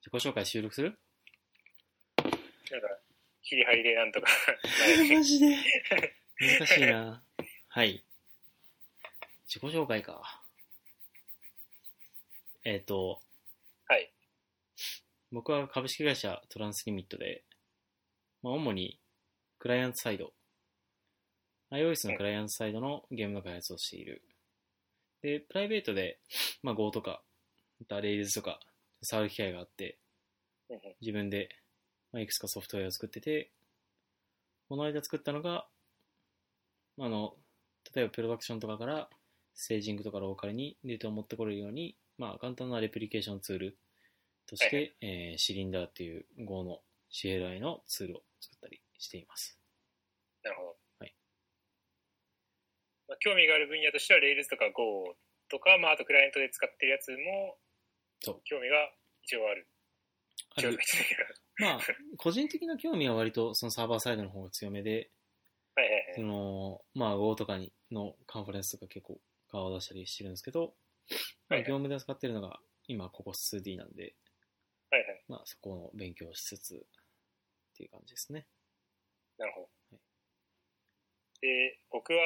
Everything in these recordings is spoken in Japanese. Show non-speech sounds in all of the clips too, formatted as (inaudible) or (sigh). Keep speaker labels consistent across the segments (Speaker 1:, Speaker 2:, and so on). Speaker 1: 己紹介収録する
Speaker 2: なんか、ヒリハリでなんと
Speaker 1: (laughs)
Speaker 2: か。
Speaker 1: (laughs) マジで。難しいな。はい。自己紹介か。えっ、と、
Speaker 2: はい。
Speaker 1: 僕は株式会社トランスリミットで、まあ、主にクライアントサイド、iOS のクライアントサイドのゲームの開発をしている。で、プライベートで、まあ、Go とか、また Rails とか、触る機会があって、
Speaker 2: うんうん
Speaker 1: 自分で、まあ、いくつかソフトウェアを作ってて、この間作ったのが、あの、例えばプロダクションとかから、ステージングとかローカルにデータを持ってこれるように、まあ、簡単なレプリケーションツールとして、
Speaker 2: は
Speaker 1: えーシリンダーっていう Go の CLI のツールを作ったりしています。
Speaker 2: なるほど。
Speaker 1: はい
Speaker 2: まあ、興味がある分野としては、Rails とか Go とか、まあ、あとクライアントで使ってるやつも、
Speaker 1: そう
Speaker 2: 興味が一応ある。
Speaker 1: あ
Speaker 2: 一応 (laughs)
Speaker 1: る
Speaker 2: とか言ってたけど
Speaker 1: まあ、個人的な興味は割とそのサーバーサイドの方が強めで、
Speaker 2: はいはいはい
Speaker 1: そ。の、まあ、Go とかにのカンファレンスとか結構顔を出したりしてるんですけど、まあ、
Speaker 2: はい
Speaker 1: 業務で扱ってるのが今ここ 2D なんで、
Speaker 2: はいはい。
Speaker 1: まあ、そこの勉強をしつつっていう感じですね。
Speaker 2: なるほど
Speaker 1: はい。
Speaker 2: で、僕は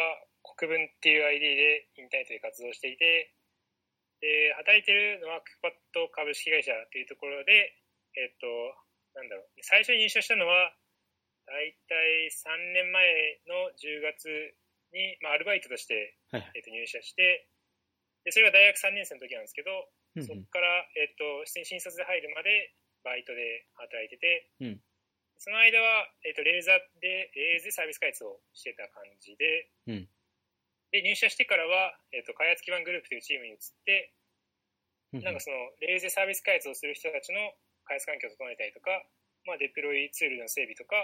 Speaker 2: 国分っていう ID でインターネットで活動していて、で、働いてるのはクックパッド株式会社というところで、えっ、と、なんだろう、最初に入社したのは、だいたい3年前の10月に、まあ、アルバイトとして、
Speaker 1: はいはい。
Speaker 2: えっと入社して、で、それが大学3年生の時なんですけど、
Speaker 1: うん
Speaker 2: そこ
Speaker 1: うん
Speaker 2: から、えっと、新新卒で入るまでバイトで働いてて、
Speaker 1: うん
Speaker 2: その間は、えっと、レーザーで、レーズでサービス開発をしてた感じで、
Speaker 1: うん
Speaker 2: で、入社してからは、えっと、開発基盤グループというチームに移って、
Speaker 1: うんうん
Speaker 2: なんかその、レーズでサービス開発をする人たちの開発環境を整えたりとか、まあ、デプロイツールの整備とか、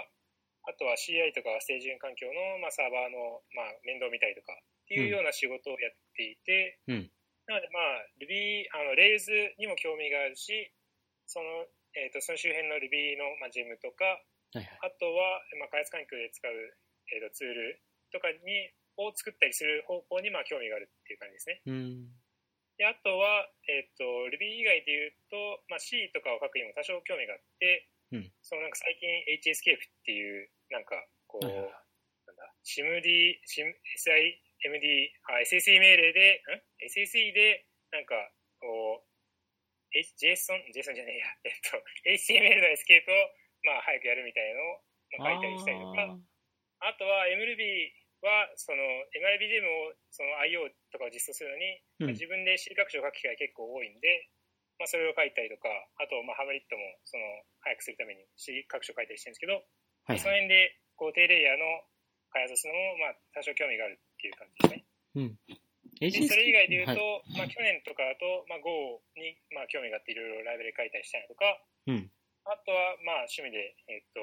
Speaker 2: あとは CI とかステージング環境の、まあ、サーバーの、まあ、面倒を見たりとかっていうような仕事をやっていて、
Speaker 1: うん
Speaker 2: なので、まあ、Ruby、あの、Rails にも興味があるし、その、えっ、と、その周辺の Ruby の、まあ、ジェムとか、
Speaker 1: はいはい。
Speaker 2: あとは、まあ、開発環境で使う、えー、とツールとかに、を作ったりする方向に、まあ、興味があるっていう感じですね。
Speaker 1: うん。
Speaker 2: で、あとは、えっ、と、Ruby 以外で言うと、まあ、C とかを書くにも多少興味があっ
Speaker 1: う
Speaker 2: て、
Speaker 1: ん
Speaker 2: そのなんか最近 HScape っていう、なんか、こう、
Speaker 1: はいはいはい
Speaker 2: なんだ、SIMD、SIM、SIMD、あ、SSE 命令で、ん ?SSE で、なんか、こう、H- JSON、JSON じゃねえや、えっと、HTML のエスケープを、まあ、早くやるみたいのを、まあ、書いたりしたりとか、あとは MLB は、その MIBGM をその IO とかを実装するの
Speaker 1: うん
Speaker 2: に、自分で C 学習を書く機会結構多いんで、まあ、それを書いたりとか、あと、まあ、ハムリットもその早くするために C 学習を書いたりしてるんですけど、
Speaker 1: あーはい
Speaker 2: その
Speaker 1: はい。
Speaker 2: 辺でこう低レイヤーの開発をするのも、まあ、多少興味があるっていう感じですね。
Speaker 1: うん。
Speaker 2: でそれ以外で言うと、
Speaker 1: はい
Speaker 2: まあ、去年とかだと、まあ、Go に、まあ、興味があっていろいろライブラリ書いたりしたりとか、
Speaker 1: うん。
Speaker 2: あとは、まあ、趣味で、えっと、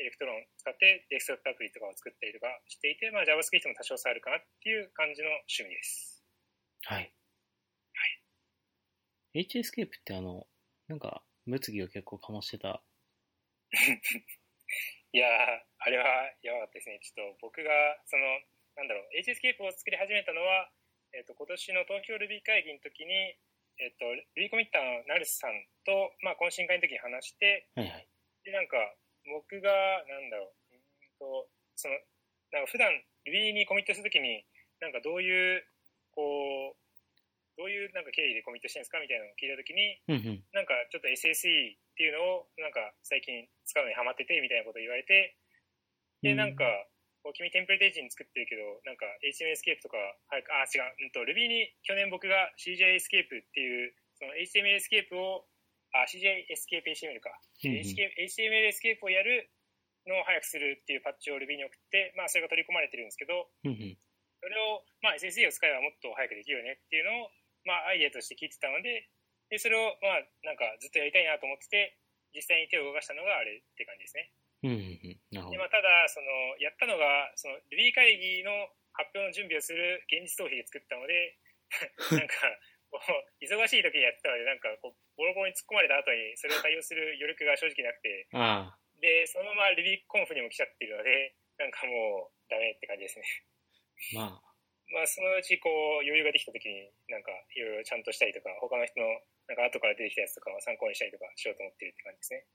Speaker 2: エレクトロン使ってデスクトップアプリとかを作ったりとかしていて、まあ、JavaScript も多少触るかなっていう感じの趣味です。
Speaker 1: はい。はい。HScape ってあの、なんか、物議を結構かもしてた。
Speaker 2: いやー、あれはやばかったですね。ちょっと僕が、その、なんだろう、HScape を作り始めたのは、えっと、今年の東京 Ruby 会議の時に、えっと、Ruby コミッターのナルスさんと、まあ、懇親会の時に話して、
Speaker 1: はいはい。
Speaker 2: で、なんか、僕が、なんだろう、うーんと、その、なんか普段 Ruby にコミットするときに、なんかどういう、こう、どういうなんか経緯でコミットしてるんですかみたいなのを聞いたときに、
Speaker 1: うんうん。
Speaker 2: なんかちょっと SSE っていうのを、なんか最近使うのにハマってて、みたいなことを言われて、
Speaker 1: う
Speaker 2: で、
Speaker 1: ん
Speaker 2: なんか、こう君テンプレートエンジン作ってるけど、なんか HTML スケープとか、早く、あ、違う、うんと、Ruby に去年僕が CJ エスケープっていう、その HTML スケープを、あ、CJ エスケープ HTML か。
Speaker 1: うんうん
Speaker 2: HTML エスケープをやるのを早くするっていうパッチを Ruby に送って、まあそれが取り込まれてるんですけど、
Speaker 1: うんうん。
Speaker 2: それを、まあ SSE を使えばもっと早くできるよねっていうのを、まあアイデアとして聞いてたので、で、それをまあなんかずっとやりたいなと思ってて、実際に手を動かしたのがあれって感じですね。
Speaker 1: うんうんうん。なるほど
Speaker 2: でま。あ、ただそのやったのがその Ruby 会議の発表の準備をする現実逃避で作った
Speaker 1: (laughs)
Speaker 2: のでなんかこう忙しい時にやってたのでなんかこうボロボロに突っ込まれた後にそれを対応する余力が正直なくて
Speaker 1: ああ。
Speaker 2: でそのまま Ruby コンフにも来ちゃってるのでなんかもうダメって感じですね (laughs)
Speaker 1: まあ、
Speaker 2: まあそのうちこう余裕ができた時になんかいろいろちゃんとしたりとか他の人のなんか後から出てきたやつとかは参考にしたりとかしようと思ってるって感じですね。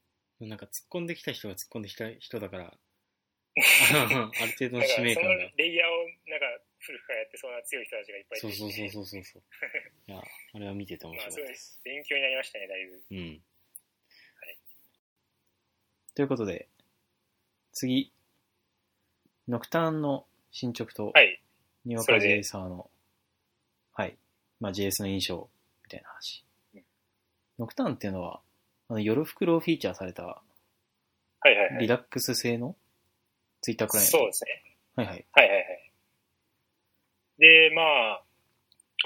Speaker 1: なんか突っ込んできた人が突っ込んできた人
Speaker 2: (laughs)
Speaker 1: だから、ある程度の
Speaker 2: だか
Speaker 1: 使
Speaker 2: ら
Speaker 1: 命
Speaker 2: そ
Speaker 1: 感
Speaker 2: の
Speaker 1: が。
Speaker 2: レイヤーをなんか古くからやってそうな強い人たちがいっぱい
Speaker 1: そう
Speaker 2: 出てきて、
Speaker 1: そうそうそ
Speaker 2: (laughs)
Speaker 1: うそうそう。いや、あれは見てて面
Speaker 2: ま
Speaker 1: 白
Speaker 2: あ
Speaker 1: い
Speaker 2: すごい
Speaker 1: です。
Speaker 2: 勉強になりましたね、だいぶ。
Speaker 1: うん。ということで、次、ノクターンの進捗と、
Speaker 2: はい。
Speaker 1: にわ
Speaker 2: そ
Speaker 1: か
Speaker 2: れで
Speaker 1: J サーの、はい、まあ、JS の印象みたいな話
Speaker 2: うん。
Speaker 1: ノクターンっていうのは、あの夜袋をフィーチャーされた
Speaker 2: はいはいはい
Speaker 1: リ。ラックス製のツイッタークライアント。
Speaker 2: そうですね。
Speaker 1: はいはい。
Speaker 2: はいはいはい。で、まあ、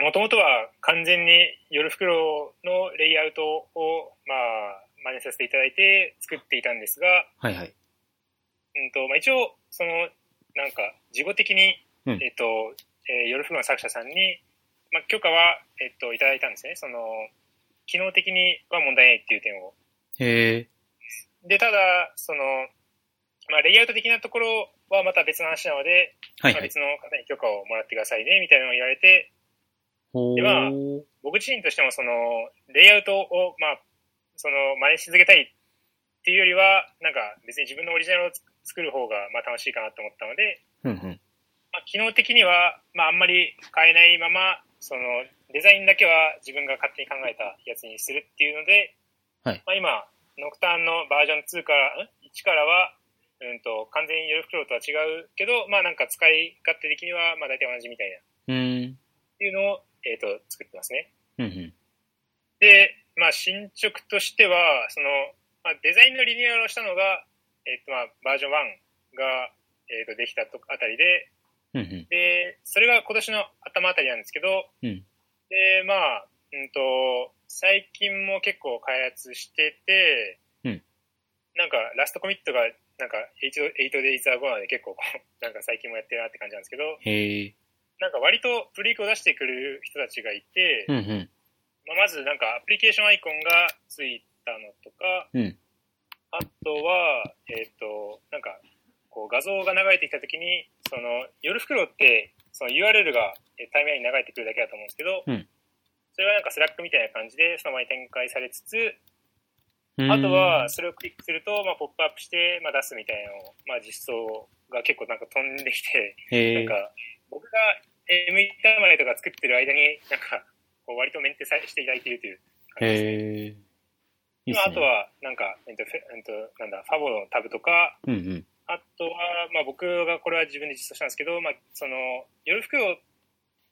Speaker 2: もともとは完全に夜袋のレイアウトを、まあ、真似させていただいて作っていたんですが、
Speaker 1: はいはい。
Speaker 2: うんとまあ、一応、その、なんか、事後的に、
Speaker 1: うん
Speaker 2: えっと、えー夜袋の作者さんに、まあ、許可は、えっと、いただいたんですね。その、機能的には問題ないっていう点を。
Speaker 1: へ
Speaker 2: で、ただ、その、まあ、レイアウト的なところはまた別の話なので、
Speaker 1: ー。はい
Speaker 2: まあ
Speaker 1: はい。
Speaker 2: 別の方に許可をもらってくださいねみたいなのを言われて、
Speaker 1: ほ
Speaker 2: では
Speaker 1: ー。
Speaker 2: 僕自身としてもそのレイアウトを、まあ、その真似し続けたいっていうよりは、なんか別に自分のオリジナルを作る方がまあ楽しいかなと思ったので、
Speaker 1: うんうん。
Speaker 2: まあ、機能的には、まあ、あんまり変えないまま、そのデザインだけは自分が勝手に考えたやつにするっていうので、
Speaker 1: はい
Speaker 2: まあ、今、ノクターンのバージョン2から、ん ?1 からは、うんと、完全に夜袋とは違うけど、まあなんか使い勝手的には、まあ大体同じみたいな
Speaker 1: うーん。
Speaker 2: っていうのを、えー、と作ってますね。
Speaker 1: うんうん。
Speaker 2: で、まあ、進捗としてはその、まあ、デザインのリニューアルをしたのが、えーとまあ、バージョン1が、えー、とできたとあたりで
Speaker 1: うんうん。
Speaker 2: でそれが今年の頭あたりなんですけど、
Speaker 1: うん
Speaker 2: でまあ、うん、と最近も結構開発してて、
Speaker 1: うん
Speaker 2: なんかラストコミットがなんか 8days ago なので結構こう (laughs) なんか最近もやってるなって感じなんですけど
Speaker 1: へえ。
Speaker 2: なんか割とプリークを出してくる人たちがいて、
Speaker 1: うんうん。
Speaker 2: まあ、まずなんかアプリケーションアイコンがついたのとか、
Speaker 1: うん
Speaker 2: あとは、えっ、と、なんか、こう画像が流れてきたときに、その、夜袋って、その URL がえータイムラインに流れてくるだけだと思うんですけど、
Speaker 1: うん
Speaker 2: それがなんかスラックみたいな感じで、その場に展開されつつ、
Speaker 1: うーん
Speaker 2: あとは、それをクリックすると、まあ、ポップアップして、まあ、出すみたいなのを、まあ、実装が結構なんか飛んできて、な
Speaker 1: へ
Speaker 2: ん
Speaker 1: え。
Speaker 2: か、僕が M イタマイとか作ってる間に、なんか、こう割とメンテさしていただいているという感じですね。
Speaker 1: へえ。いいっ
Speaker 2: まあ、
Speaker 1: す
Speaker 2: あと
Speaker 1: ね。
Speaker 2: は、なんか、えっと、フェえっと、なんだ、ファボのタブとか、
Speaker 1: うんうん。
Speaker 2: あとは、まあ僕がこれは自分で実装したんですけど、まあ、その、夜服を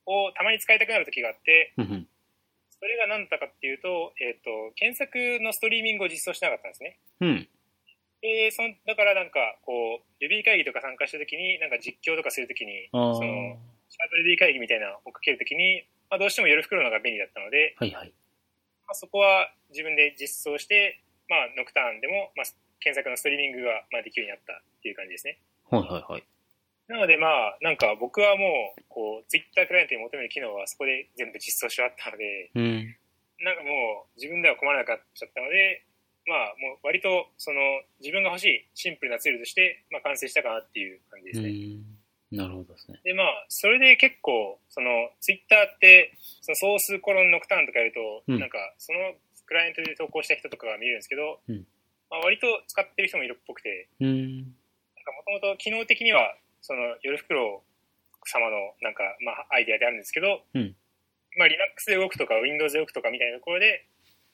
Speaker 2: をたまに使いたくなる時があって、
Speaker 1: うんうん。
Speaker 2: それが何だかっていうと、えっと、検索のストリーミングを実装しなかったんですね。
Speaker 1: うん。
Speaker 2: で、その、だからなんか、こう、Ruby 会議とか参加した時に、なんか実況とかする時に、
Speaker 1: ああ。
Speaker 2: その、シャープレディ会議みたいなのをかけるときに、まあ、どうしても夜袋の方が便利だったので、
Speaker 1: はいはい。
Speaker 2: まあ、そこは自分で実装して、まあ、ノクターンでも、まあ、検索のストリーミングが、まあ、できるようになったっていう感じですね。
Speaker 1: はいはいはい。
Speaker 2: なので、まあ、なんか僕はもう、こう、ツイッタークライアントに求める機能はそこで全部実装し終わったので、
Speaker 1: うん。
Speaker 2: なんかもう自分では困らなくなっちゃったので、まあ、もう割と、その、自分が欲しいシンプルなツールとして、まあ、完成したかなっていう感じです
Speaker 1: う
Speaker 2: ね。
Speaker 1: ん。なるほどですね。
Speaker 2: で、まあ、それで結構、その、ツイッターって、その、総数コロンノクターンとかやると、
Speaker 1: うん
Speaker 2: なんか、その、クライアントで投稿した人とかが見えるんですけど、
Speaker 1: うん
Speaker 2: まあ、割と使ってる人もいるっぽくて、
Speaker 1: うん。
Speaker 2: なんか、もともと機能的には、その、夜袋様の、なんか、まあ、アイデアであるんですけど、
Speaker 1: うん
Speaker 2: まあ、Linux で動くとか、Windows で動くとかみたいなところで、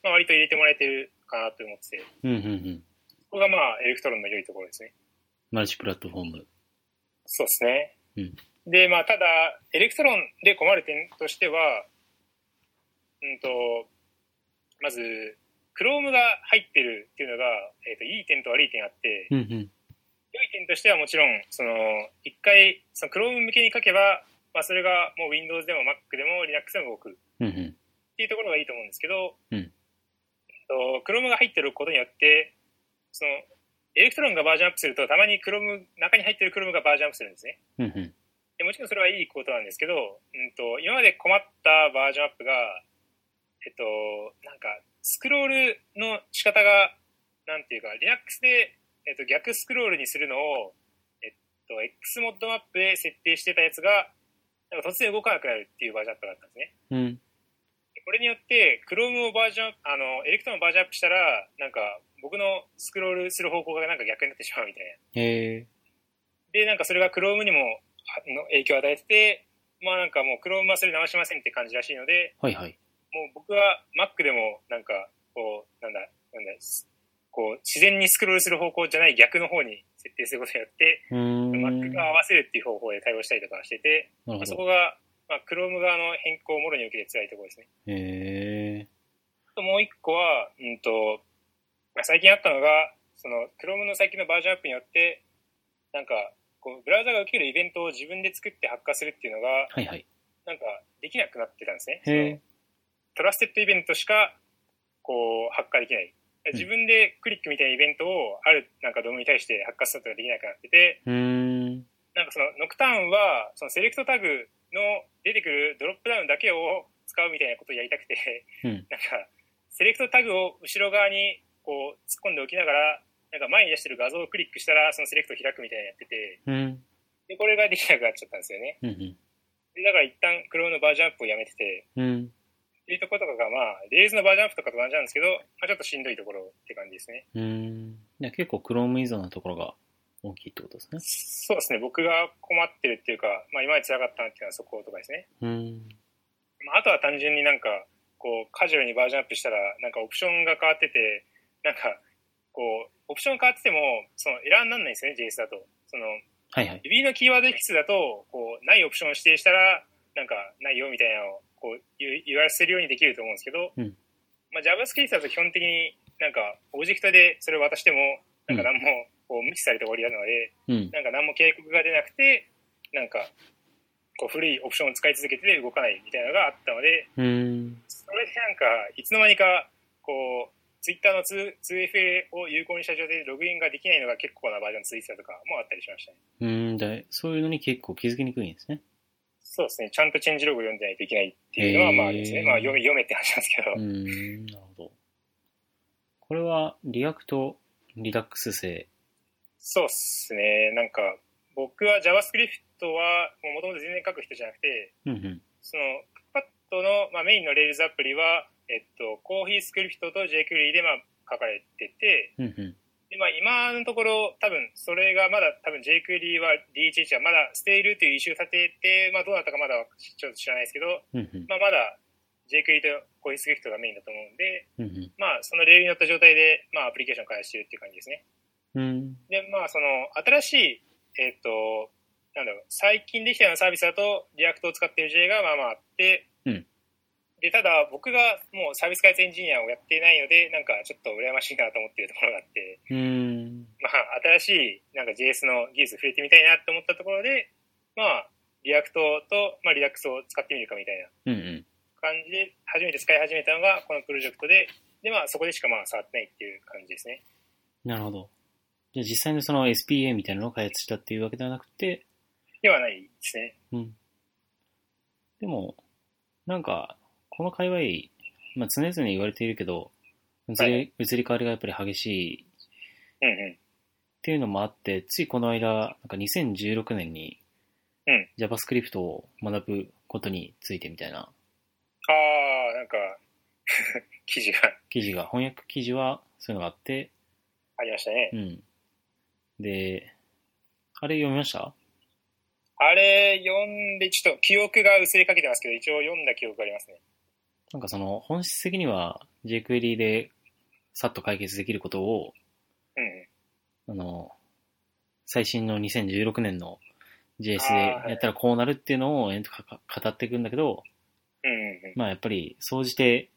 Speaker 2: まあ、割と入れてもらえてるかなと思ってて、
Speaker 1: うんうんうん。
Speaker 2: ここがまあ、エレクトロンの良いところですね。
Speaker 1: マルチプラットフォーム。
Speaker 2: そうですね。
Speaker 1: うん
Speaker 2: で、まあ、ただ、エレクトロンで困る点としては、うんと、まず、Chrome が入ってるっていうのが、えっ、と、いい点と悪い点あって、
Speaker 1: うんうん。
Speaker 2: 良い点としてはもちろん、その、一回、その Chrome 向けに書けば、まあ、それがもう Windows でも Mac でも Linux でも動くっ
Speaker 1: うんうん。
Speaker 2: ていうところがいいと思うんですけど、
Speaker 1: うん
Speaker 2: うんと、Chrome が入ってることによって、その、エレクトロンがバージョンアップすると、たまに Chrome、中に入ってる Chrome がバージョンアップするんですね。
Speaker 1: うんうん。
Speaker 2: でもちろんそれはいいことなんですけど、うん、と今まで困ったバージョンアップが、えっと、なんか、スクロールの仕方が、なんていうか、Linux で、えっと、逆スクロールにするのを、えっと、Xmod マップで設定してたやつが、なんか突然動かなくなるっていうバージョンアップがあったんですね。
Speaker 1: うん。
Speaker 2: これによって Chrome をバージョンあのエレクトロンをバージョンアップしたらなんか僕のスクロールする方向がなんか逆になってしまうみたいな
Speaker 1: へえ。
Speaker 2: でなんかそれが Chrome にもあの影響を与えててまあなんかもう Chrome はそれ直しませんって感じらしいので
Speaker 1: はいはい。
Speaker 2: もう僕は Mac でもなんかこうなんだなんだすこう自然にスクロールする方向じゃない逆の方に設定することによって
Speaker 1: うーん。な
Speaker 2: Mac が合わせるっていう方法で対応したりとかしてて、
Speaker 1: るほ
Speaker 2: そ
Speaker 1: ど。
Speaker 2: こが、まあ、Chrome 側の変更をもろに受けて辛いところですね。
Speaker 1: へえ。
Speaker 2: あともう一個は、うんとまあ、最近あったのが、その Chrome の最近のバージョンアップによって、なんかこう、ブラウザが受けるイベントを自分で作って発火するっていうのが、
Speaker 1: はいはい。
Speaker 2: なんかできなくなってたんですね。そ
Speaker 1: へ
Speaker 2: の
Speaker 1: え。
Speaker 2: トラステッドイベントしかこう発火できない。自分でクリックみたいなイベントをあるなんかドームに対して発火することができなくなってて、
Speaker 1: うーん。
Speaker 2: なんかそのノクターンはそのセレクトタグの出てくるドロップダウンだけを使うみたいなことをやりたくて、
Speaker 1: うん
Speaker 2: なんかセレクトタグを後ろ側にこう突っ込んでおきながらなんか前に出してる画像をクリックしたらそのセレクトを開くみたいなのやっ
Speaker 1: うん。
Speaker 2: ててでこれができなくなっちゃったんですよね
Speaker 1: うん
Speaker 2: でだから一旦 Chrome のバージョンアップをやめてて
Speaker 1: うん。うん。
Speaker 2: っていうところとかがまあレイズのバージョンアップとかと同じなんですけど、まあ、ちょっとしんどいところって感じですね
Speaker 1: うーん。いや結構 Chrome 依存なところが大きいってことですね。
Speaker 2: そうですね僕が困ってるっていうか、まあ、今まで辛かったなっていうのはそことかですね
Speaker 1: うーん。
Speaker 2: まあ、あとは単純になんかこうカジュアルにバージョンアップしたらなんかオプションが変わっててなんかこうオプション変わっててもそのエラーにならないんですよね JS だとその
Speaker 1: はいはい。
Speaker 2: 指のキーワード引数だとこうないオプションを指定したらなんかないよみたいなのをこう言う言わせるようにできると思うんですけ
Speaker 1: う
Speaker 2: ど、
Speaker 1: ん
Speaker 2: まあ、JavaScript だと基本的になんかオブジェクトでそれを渡してもなんか何もこう無視されて終わりなので、
Speaker 1: うん。
Speaker 2: なんか何も警告が出なくてなんかこう古いオプションを使い続けて動かないみたいなのがあったので
Speaker 1: うーん。
Speaker 2: それでなんかいつの間にかこうツイッターの 2- 2FA を有効にした状態でログインができないのが結構なバージョン続いてたとかもあったりしましたね
Speaker 1: うーんだいそういうのに結構気づきにくいんですね。
Speaker 2: そうですねちゃんとチェンジログ読んでないといけないっていうの
Speaker 1: へー
Speaker 2: はまああれですね、まあ、読め読めって話なんですけど、
Speaker 1: うーん。なるほど。これはリアクトリダックス製。
Speaker 2: そうですねなんか僕は JavaScript はもともと全然書く人じゃなくて
Speaker 1: うんうん。
Speaker 2: そのクックパッドの、まあ、メインのレールズアプリは、えっと、コーヒースクリプトと JQuery で、まあ、書かれてて
Speaker 1: うんうん。
Speaker 2: で、まあ、今のところ多分それがまだ多分 JQuery は DHH はまだ捨ているというイシューを立てて、まあ、どうなったかまだちょっと知らないですけど、
Speaker 1: うんうん。
Speaker 2: まあ、まだ JQuery とコーヒースクリプトがメインだと思うんで、
Speaker 1: うん
Speaker 2: まあ、そのレールに乗った状態で、まあ、アプリケーションを開発してるっていう感じですね。
Speaker 1: うん。うん。
Speaker 2: で、まあ、その、新しい、えっ、と、なんだろう、最近できたようなサービスだと、リアクトを使っている事例がまあまああって、
Speaker 1: うん
Speaker 2: で、ただ、僕がもうサービス開発エンジニアをやっていないので、なんかちょっと羨ましいなと思っているところがあって、
Speaker 1: うーん。
Speaker 2: まあ、新しい、なんか JS の技術触れてみたいなと思ったところで、まあ、リアクトと、まあ、リラックスを使ってみるかみたいな
Speaker 1: うんうん。
Speaker 2: 感じで、初めて使い始めたのが、このプロジェクトで、で、まあ、そこでしかまあ、触ってないっていう感じですね。
Speaker 1: なるほど。じゃあ実際のその SPA みたいなのを開発したっていうわけではなくて、
Speaker 2: ではないですね。
Speaker 1: うん。でも、なんか、この界隈、まあ、常々言われているけど、移
Speaker 2: は
Speaker 1: り移り変わりがやっぱり激しいっ
Speaker 2: うんうん。
Speaker 1: ていうのもあって、ついこの間、なんか2016年に
Speaker 2: うん
Speaker 1: JavaScript を学ぶことについてみたいな
Speaker 2: ああ、なんか、 (laughs) 記事が
Speaker 1: 記事が、翻訳記事はそういうのがあって、
Speaker 2: ありましたね
Speaker 1: う。ん。で、あれ読みました
Speaker 2: あれ、読んで、ちょっと記憶が薄れかけてますけど、一応読んだ記憶がありますね。
Speaker 1: なんかその本質的には JQuery でさっと解決できることを
Speaker 2: うん
Speaker 1: あの、最新の2016年の JS
Speaker 2: あーはい
Speaker 1: でやったらこうなるっていうのを延々とかか語っていくんだけど、
Speaker 2: うん。うんうんうん。
Speaker 1: まあやっぱり、総じて、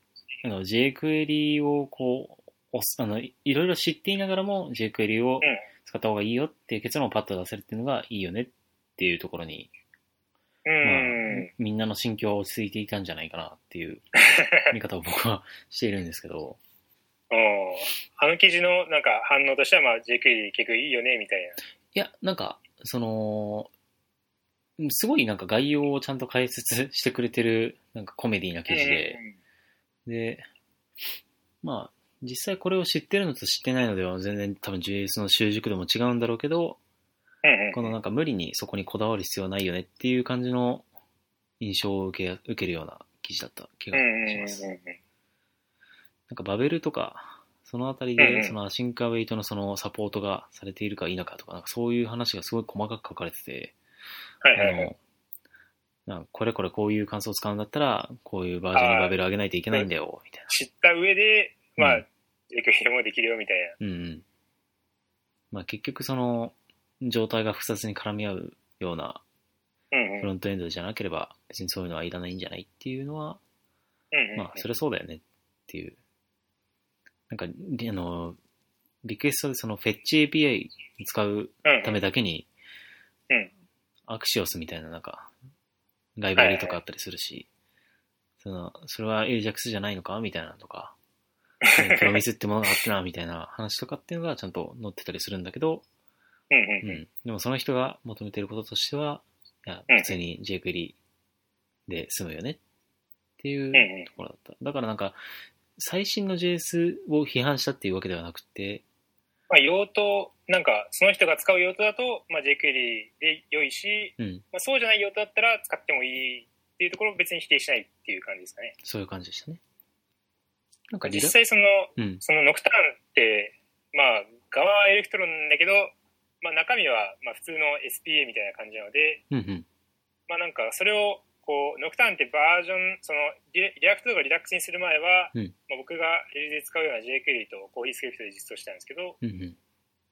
Speaker 1: あの、JQuery をこう、押すあの、いいろいろ知っていながらも JQuery を使った方がいいよっていう結論をパッと出せるっていうのがいいよねっていうところに、まあ
Speaker 2: うん。
Speaker 1: みんなの心境は落ち着いていたんじゃないかなっていう見方を僕はしているんですけど、
Speaker 2: おーあの記事のなんか反応としては、まあ、JQuery 結局いいよね、みたい
Speaker 1: いや、なんか、その、うんすごいなんか概要をちゃんと解説してくれてる、なんかコメディな記
Speaker 2: な。
Speaker 1: 事で、で、まあ、実際これを知ってるのと知ってないのでは全然多分 JS の習熟度も違うんだろうけど、
Speaker 2: うんうん。
Speaker 1: このなんか無理にそこにこだわる必要はないよねっていう感じの印象を受け受けるような記事だった気
Speaker 2: う
Speaker 1: が
Speaker 2: んうんうん
Speaker 1: し
Speaker 2: うん
Speaker 1: ます。なんかバベルとか、そのあたり
Speaker 2: うんう
Speaker 1: で、
Speaker 2: ん
Speaker 1: そのアシンカウェイトのそのサポートがされているか否かとか、なんかそういう話がすごい細かく書かれてて、
Speaker 2: はいはい
Speaker 1: あ
Speaker 2: はい。
Speaker 1: の、なんかこれこれこういう感想を使うんだったら、こういうバージョンのバベル上げないといけないんだよ、みたい
Speaker 2: 知った上で、ま
Speaker 1: う
Speaker 2: あ
Speaker 1: ん、
Speaker 2: 影響変もできるよみたい
Speaker 1: な。うんうん。まあ結局その、状態が複雑に絡み合うような
Speaker 2: な。うんうん。
Speaker 1: フロントエンドじゃなければ、別にそういうのはいらないんじゃないっていうのは、
Speaker 2: うんうん
Speaker 1: まあ、それはそうだよねっていう。なんか、りあの、リクエストでその Fetch API を使う
Speaker 2: うん
Speaker 1: ためだけに
Speaker 2: うん、
Speaker 1: アクシオスみたいななんか、ライブラリとかあったりするし、その、それは AJAX じゃないのかみたいなのとか、
Speaker 2: (laughs)
Speaker 1: プロミスってものがあってな、みたいな話とかっていうのがちゃんと載ってたりするんだけど、
Speaker 2: うんうん
Speaker 1: う
Speaker 2: うん。
Speaker 1: ん、でもその人が求めてることとしては、いや
Speaker 2: うん
Speaker 1: 普通に JQuery で済むよねってい
Speaker 2: んうん
Speaker 1: うところだった。だからなんか、最新の JS を批判したっていうわけではなくて、
Speaker 2: まあ、用途、なんか、その人が使う用途だと、まあ、JQuery で良いし、
Speaker 1: うん、
Speaker 2: まあ、そうじゃない用途だったら使ってもいいっていうところを別に否定しないっていう感じですかね。
Speaker 1: そういう感じでしたね。なんかリラ
Speaker 2: 実際その、
Speaker 1: うん、
Speaker 2: そのノクターンって、まあ、側はエレクトロンだけど、まあ、中身はまあ普通の SPA みたいな感じなので、
Speaker 1: うん、うん、
Speaker 2: まあ、なんかそれをこうノクターンってバージョンそのリリアクトとかリラックスにする前は、
Speaker 1: うん
Speaker 2: まあ、僕がレジで使うような JQuery とコーヒースクリプトで実装したんですけど
Speaker 1: うん、うん、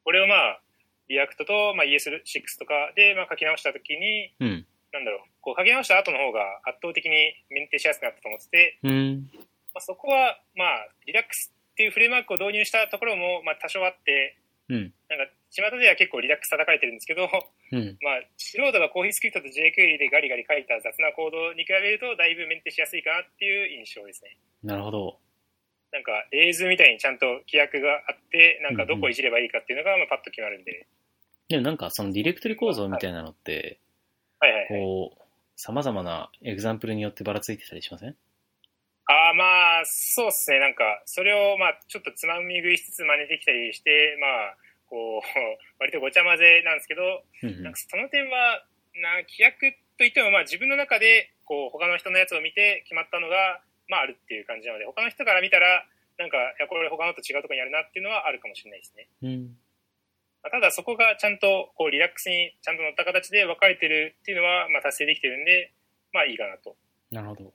Speaker 2: これをまあリアクトと、まあ、ES6 とかでまあ書き直した時に
Speaker 1: うん、
Speaker 2: なんだろうこう書き直した後の方が圧倒的にメンテしやすくなったと思ってて、
Speaker 1: うん、
Speaker 2: まあ、そこはまあリラックスっていうフレームワークを導入したところもまあ多少あって
Speaker 1: うん、
Speaker 2: なんか巷では結構リラックス叩かれてるんですけど
Speaker 1: うん、
Speaker 2: まあ、素人がコーヒースクリプトと JQuery でガリガリ書いた雑なコードに比べると、だいぶメンテしやすいかなっていう印象ですね。
Speaker 1: なるほど。
Speaker 2: なんか、レーズみたいにちゃんと規約があって、なんかどこいじればいいかっていうのが、まあ、パッと決まるんで。
Speaker 1: でもなんかそのディレクトリ構造みたいなのって、
Speaker 2: はいはいはい。
Speaker 1: こう、様々なエグザンプルによってばらついてたりしません
Speaker 2: ああ、まあ、そうですね。なんか、それを、まあ、ちょっとつまみ食いしつつ真似てきたりして、まあ、こう、 (laughs) 割とごちゃ混ぜなんですけど、
Speaker 1: うん、
Speaker 2: な
Speaker 1: う
Speaker 2: んかその点は、な規約といっても、まあ、自分の中でこう他の人のやつを見て決まったのが、まあ、あるっていう感じなので他の人から見たらなんかいやこれ他のと違うところにあるなっていうのはあるかもしれないですね、
Speaker 1: ん、うん。
Speaker 2: まあ、ただそこがちゃんとこうリラックスにちゃんと乗った形で分かれてるっていうのは、まあ、達成できてるんでまあいいかなと
Speaker 1: なるほど。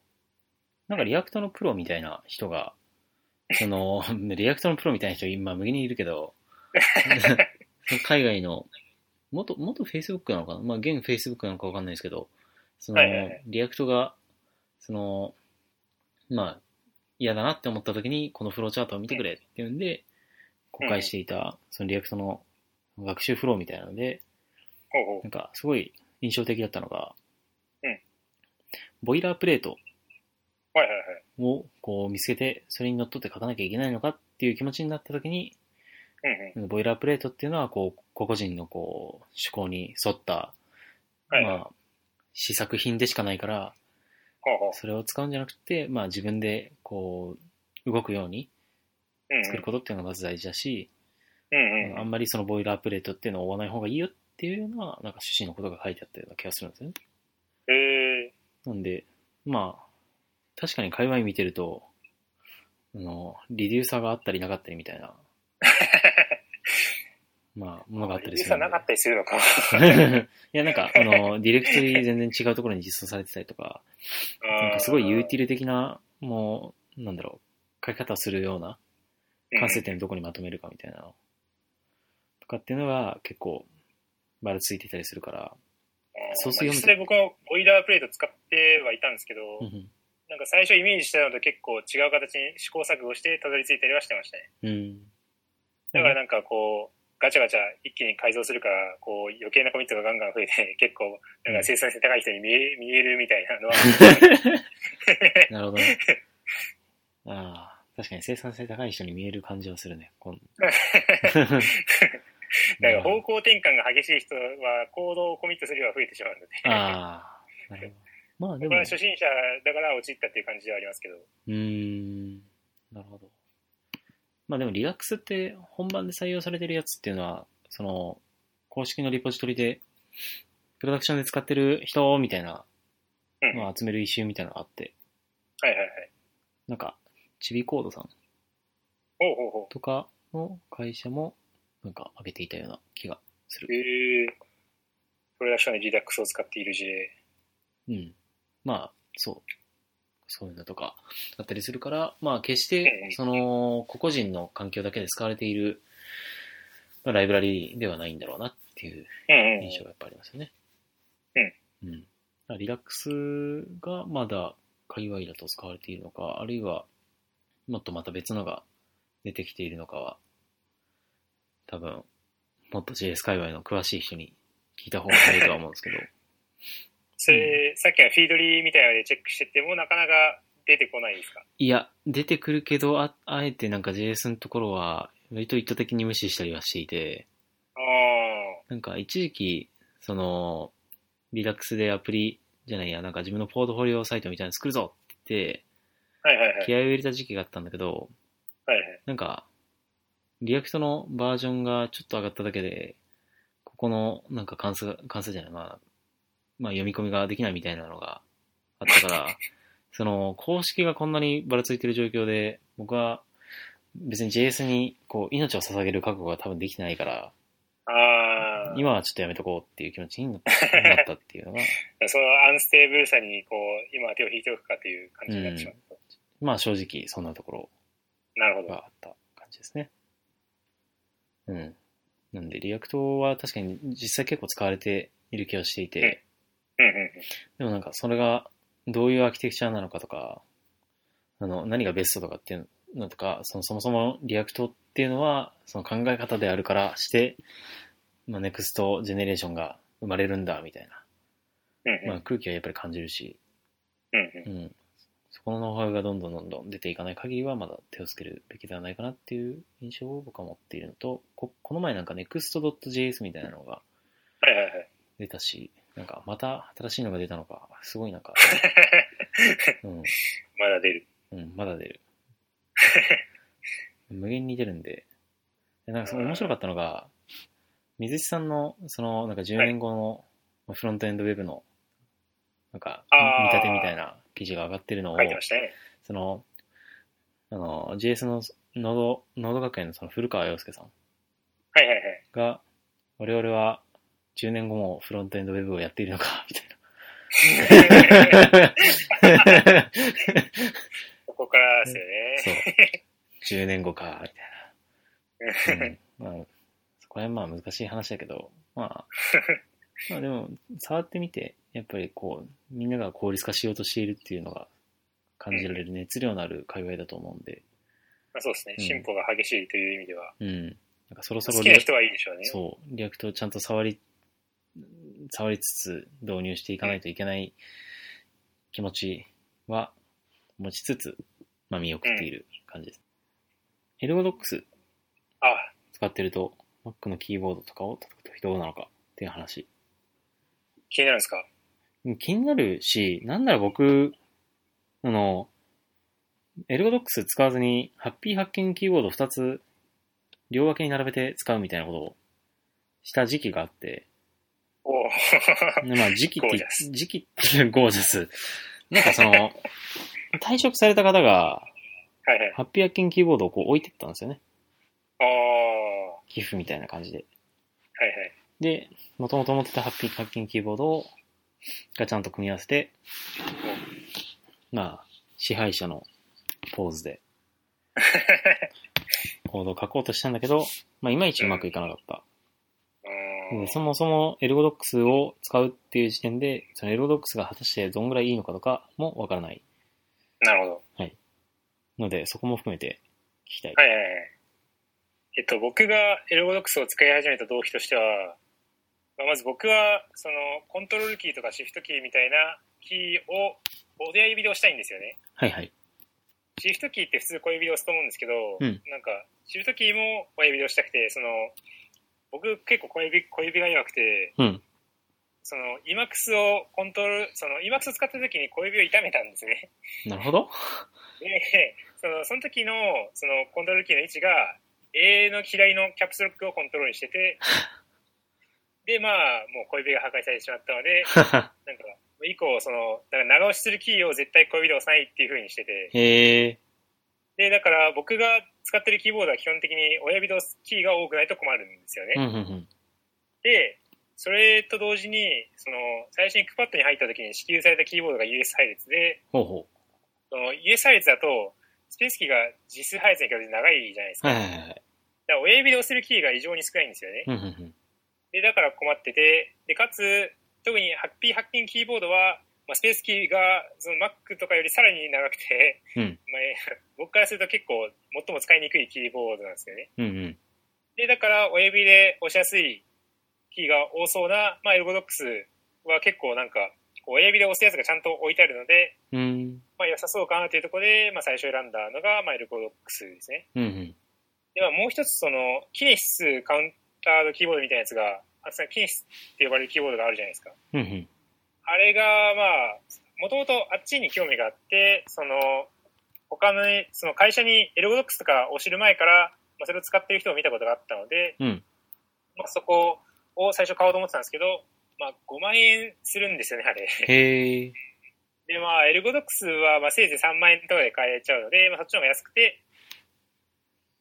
Speaker 1: なんかリアクトのプロみたいな人が、その、 (laughs) リアクトのプロみたいな人今無限にいるけど、 (laughs) 海外の、元、元 Facebook なのかなまあ、現 Facebook なのかわかんないですけど、その、
Speaker 2: はいはいはい
Speaker 1: リアクトが、その、まあ、嫌だなって思った時に、このフローチャートを見てくれっていうんで、公開していた、そのリアクトの学習フローみたいなので、
Speaker 2: ほうほう
Speaker 1: なんかすごい印象的だったのが、
Speaker 2: うん
Speaker 1: ボイラープレート
Speaker 2: はいはいはい
Speaker 1: をこう見つけて、それにのっとって書かなきゃいけないのかっていう気持ちになった時に、
Speaker 2: うんうん
Speaker 1: ボイラープレートっていうのは、こう、個々人のこう、趣向に沿った、
Speaker 2: はいはい
Speaker 1: まあ、試作品でしかないから、
Speaker 2: ほうほう
Speaker 1: それを使うんじゃなくて、まあ自分でこう、動くように
Speaker 2: うんうん
Speaker 1: 作ることっていうのがまず大事だし、
Speaker 2: うん
Speaker 1: あ
Speaker 2: うん
Speaker 1: んまりそのボイラープレートっていうのを追わない方がいいよっていうのは、なんか趣旨のことが書いてあったような気がするんですよね。
Speaker 2: え
Speaker 1: なんで、まあ、確かに界隈見てると、あの、リデューサーがあったりなかったりみたい (laughs) な、まあ、ものがあった
Speaker 2: ー、
Speaker 1: り
Speaker 2: リ
Speaker 1: す
Speaker 2: サ
Speaker 1: るん
Speaker 2: なかったりするのか
Speaker 1: で。 (laughs) いや、なんか、あの、ディレクトリ全然違うところに実装されてたりと (laughs) か、なんかすごいユーティル的な、もう、なんだろう、書き方をするような、
Speaker 2: ィ
Speaker 1: 関数点どこにまとめるかみたいなの、とかっていうのが結構、ばらついてたりするから、ソース読む
Speaker 2: 実際僕もボイラープレート使ってはいたんですけど、
Speaker 1: うん
Speaker 2: なんか最初イメージしてたのと結構違う形に試行錯誤してたどり着いたりはしてましたね。
Speaker 1: うん。うん。
Speaker 2: だからなんかこう、ガチャガチャ一気に改造するから、こう余計なコミットがガンガン増えて、結構なんか生産性高い人に見え (laughs) 見えるみたいなのは、
Speaker 1: (laughs) なるほどね。ああ、確かに生産性高い人に見える感じはするね。
Speaker 2: (laughs)
Speaker 1: こん
Speaker 2: なんか方向転換が激しい人は行動をコミットするよりは増えてしまうので、
Speaker 1: ああ、なるほど。まあで
Speaker 2: こ
Speaker 1: も、
Speaker 2: れは
Speaker 1: う
Speaker 2: 初心者だから陥ったっていう感じではありますけど。
Speaker 1: ーん、なるほど。まあでも、リラックスって本番で採用されてるやつっていうのは、その、公式のリポジトリで、プロダクションで使ってる人みたいな
Speaker 2: うん
Speaker 1: のを集めるイシューみたいなのがあって、
Speaker 2: はいはいはい。
Speaker 1: なんか、ちびコードさん
Speaker 2: ほうほうほ
Speaker 1: とかの会社も、なんか、上げていたような気がす
Speaker 2: う。
Speaker 1: る。
Speaker 2: へえー。プロダクションでリダックスを使っている事例。
Speaker 1: うん。まあ、そう。そういうのとか、だったりするから、まあ、決し
Speaker 2: え
Speaker 1: て
Speaker 2: え、
Speaker 1: その、個々人の環境だけで使われている、まあ、ライブラリではないんだろうなっていう
Speaker 2: うんうん。
Speaker 1: 印象がやっぱありますよね。うん。うん。リラックスがまだ界隈だと使われているのか、あるいはもっとまた別のが出てきているのかは、多分、もっと JS 界隈の詳しい人に聞いた方がいいとは思うんですけど、
Speaker 2: それ、さっきのフィードリーみたいなのでチェックしててもなかなか出てこないですか
Speaker 1: いや、出てくるけど、ああえてなんか JS のところは、割と意図的に無視したりはしていて、
Speaker 2: ああ。
Speaker 1: なんか一時期、その、リラックスでアプリじゃないや、なんか自分のポートフォリオサイトみたいなの作るぞって言って、
Speaker 2: はいはいはい。
Speaker 1: 気合を入れた時期があったんだけど、
Speaker 2: はいはい。
Speaker 1: なんか、リアクトのバージョンがちょっと上がっただけで、ここの、なんか関数が、関数じゃない、まあ、まあ読み込みができないみたいなのがあった
Speaker 2: (laughs)
Speaker 1: から、その、公式がこんなにばらついてる状況で、僕は別に JS にこう命を捧げる覚悟が多分できてないから、
Speaker 2: ああ。
Speaker 1: 今はちょっとやめとこうっていう気持ちにな
Speaker 2: (laughs)
Speaker 1: ったっていうのが、
Speaker 2: そのアンステーブルさに、こう、今手を引いておくかという感じになってしまった。
Speaker 1: まあ正直そんなところ
Speaker 2: なるほど。
Speaker 1: があった感じですね。うん。なんで、リアクトは確かに実際結構使われている気がしていて、
Speaker 2: うんうんうん。
Speaker 1: でもなんかそれがどういうアーキテクチャなのかとか、あの、何がベストとかっていうのとか、そのそもそもリアクトっていうのは、その考え方であるからして、まあ、ネクストジェネレーションが生まれるんだ、みたい
Speaker 2: うん
Speaker 1: な、まあ、空気はやっぱり感じるし、
Speaker 2: うんうんうん。
Speaker 1: うん。そこのノウハウがどんどんどんどん出ていかない限りは、まだ手をつけるべきではないかなっていう印象を僕は持っているのと、ここの前なんか next.js みたいなのが
Speaker 2: はいはいはい。
Speaker 1: 出たし、なんかまた新しいのが出たのか、すごいなんか、うん、
Speaker 2: まだ出る。
Speaker 1: うん、まだ出る。無限に出るんで、でなんかその面白かったのが、水木さんの、その、なんか10年後のまあフロントエンドウェブの、なんか、
Speaker 2: あー
Speaker 1: 見立てみたいな記事が上がってるのを
Speaker 2: 書、いてましたね。
Speaker 1: その、あの、JS のノード、ノード学園のその古川陽介さん
Speaker 2: はいはいはい。
Speaker 1: が、我々は10年後もフロントエンドウェブをやっているのか、 (laughs) みたいな。
Speaker 2: (laughs) ここからですよね。
Speaker 1: そう。10年後か、みたいな。うんまあ、そこら辺まあ難しい話だけど、まあ、まあでも、触ってみて、やっぱりこう、みんなが効率化しようとしているっていうのが感じられる熱量のある界隈だと思うんで、
Speaker 2: まあ、そうですね。
Speaker 1: うん
Speaker 2: 進歩が激しいという意味では。
Speaker 1: うん。なんかそろそろ
Speaker 2: 好きな人はいいでしょうね。
Speaker 1: そう、リアクトをちゃんと触り、触りつつ導入していかないといけない気持ちは持ちつつ、まあ見送っている感じです。エルゴドックス
Speaker 2: あ、
Speaker 1: 使ってると、Mac のキーボードとかを叩くときどうなのかっていう話。
Speaker 2: 気になるんですか
Speaker 1: 気になるし、なんなら僕、あの、エルゴドックス使わずに、ハッピーハッキングキーボード2つ、両脇に並べて使うみたいなことをした時期があって、
Speaker 2: (laughs) おお。
Speaker 1: でまあ、時期っ
Speaker 2: (laughs) ゴー
Speaker 1: て
Speaker 2: ジャス、
Speaker 1: 時期って (laughs) ゴージャス。なんかその、退職された方が、
Speaker 2: はいはい。
Speaker 1: ハッピーハッキングキーボードをこう置いてったんですよね。
Speaker 2: ああ。は
Speaker 1: 寄付みたいな感じで。
Speaker 2: いはい。
Speaker 1: で、もともと持ってたハッピーハッキングキーボードを、がちゃんと組み合わせて、まあ、支配者のポーズ
Speaker 2: (laughs)
Speaker 1: で、コードを書こうとしたんだけど、まあ、いまいちうまくいかなかった。
Speaker 2: う
Speaker 1: で
Speaker 2: ん。
Speaker 1: そもそもエルゴドックスを使うっていう時点で、そのエルゴドックスが果たしてどんぐらいいいのかとかもわからない。
Speaker 2: なるほど。
Speaker 1: ので、そこも含めて聞きたい。
Speaker 2: はいはいはい。えっと、僕がエルゴドックスを使い始めた動機としては、まあ、まず僕は、その、コントロールキーとかシフトキーみたいなキーを、親指で押したいんですよね。
Speaker 1: はいはい。
Speaker 2: シフトキーって普通小指で押すと思うんですけど、
Speaker 1: うん
Speaker 2: なんか、シフトキーも親指で押したくて、その、僕結構小指、小指が弱くて、
Speaker 1: うん。
Speaker 2: その、EMAX をコントロール、その、EMAX を使った時に小指を痛めたんですね。
Speaker 1: なるほど。 (laughs)
Speaker 2: で、その、その時の、その、コントロールキーの位置が、A の左のキャプスロックをコントロー
Speaker 1: (laughs)
Speaker 2: ルしてて、で、まあ、もう小指が破壊されてしまったので、なんか、以降、その、だから長押しするキーを絶対小指で押さないっていう風にしてて、
Speaker 1: へえ。
Speaker 2: で、だから僕が使ってるキーボードは基本的に親指で押すキーが多くないと困るんですよね。
Speaker 1: うんうんうん。
Speaker 2: で、それと同時に、その、最初にクパッドに入った時に支給されたキーボードが US 配列で、
Speaker 1: ほうほ
Speaker 2: その US 配列だと、スペースキーが実数配列に比べて長いじゃないです
Speaker 1: う。
Speaker 2: か。
Speaker 1: はい
Speaker 2: だ
Speaker 1: はいはい。
Speaker 2: から親指で押せるキーが異常に少ないんですよね。
Speaker 1: うんうんうん。
Speaker 2: で、だから困ってて、で、かつ、特にハッピーハッキングキーボードは、まあ、スペースキーが、その Mac とかよりさらに長くて、
Speaker 1: うん
Speaker 2: まあえ (laughs) 僕からすると結構、最も使いにくいキーボードなんですよね。
Speaker 1: うんうん。
Speaker 2: で、だから、親指で押しやすいキーが多そうな、まあ、エルゴドックスは結構なんか、こう親指で押すやつがちゃんと置いてあるので、
Speaker 1: うん。
Speaker 2: まあ、良さそうかなというところで、まあ、最初選んだのが、まあ、エルゴドックスですね。
Speaker 1: うんうん。
Speaker 2: で、まあ、もう一つ、その、キネシスカウンタードキーボードみたいなやつが、あつまりキネシスって呼ばれるキーボードがあるじゃないですか。
Speaker 1: うんうん。
Speaker 2: あれが、まあ、もともとあっちに興味があって、その、他の、その会社にエルゴドックスとかを知る前から、まあ、それを使ってる人を見たことがあったので、
Speaker 1: うん
Speaker 2: まあ、そこを最初買おうと思ってたんですけど、まあ、5万円するんですよね、あれ。
Speaker 1: へえ。
Speaker 2: で、まあ、エルゴドックスは、まあ、せいぜい3万円とかで買えちゃうので、まあ、そっちの方が安くて、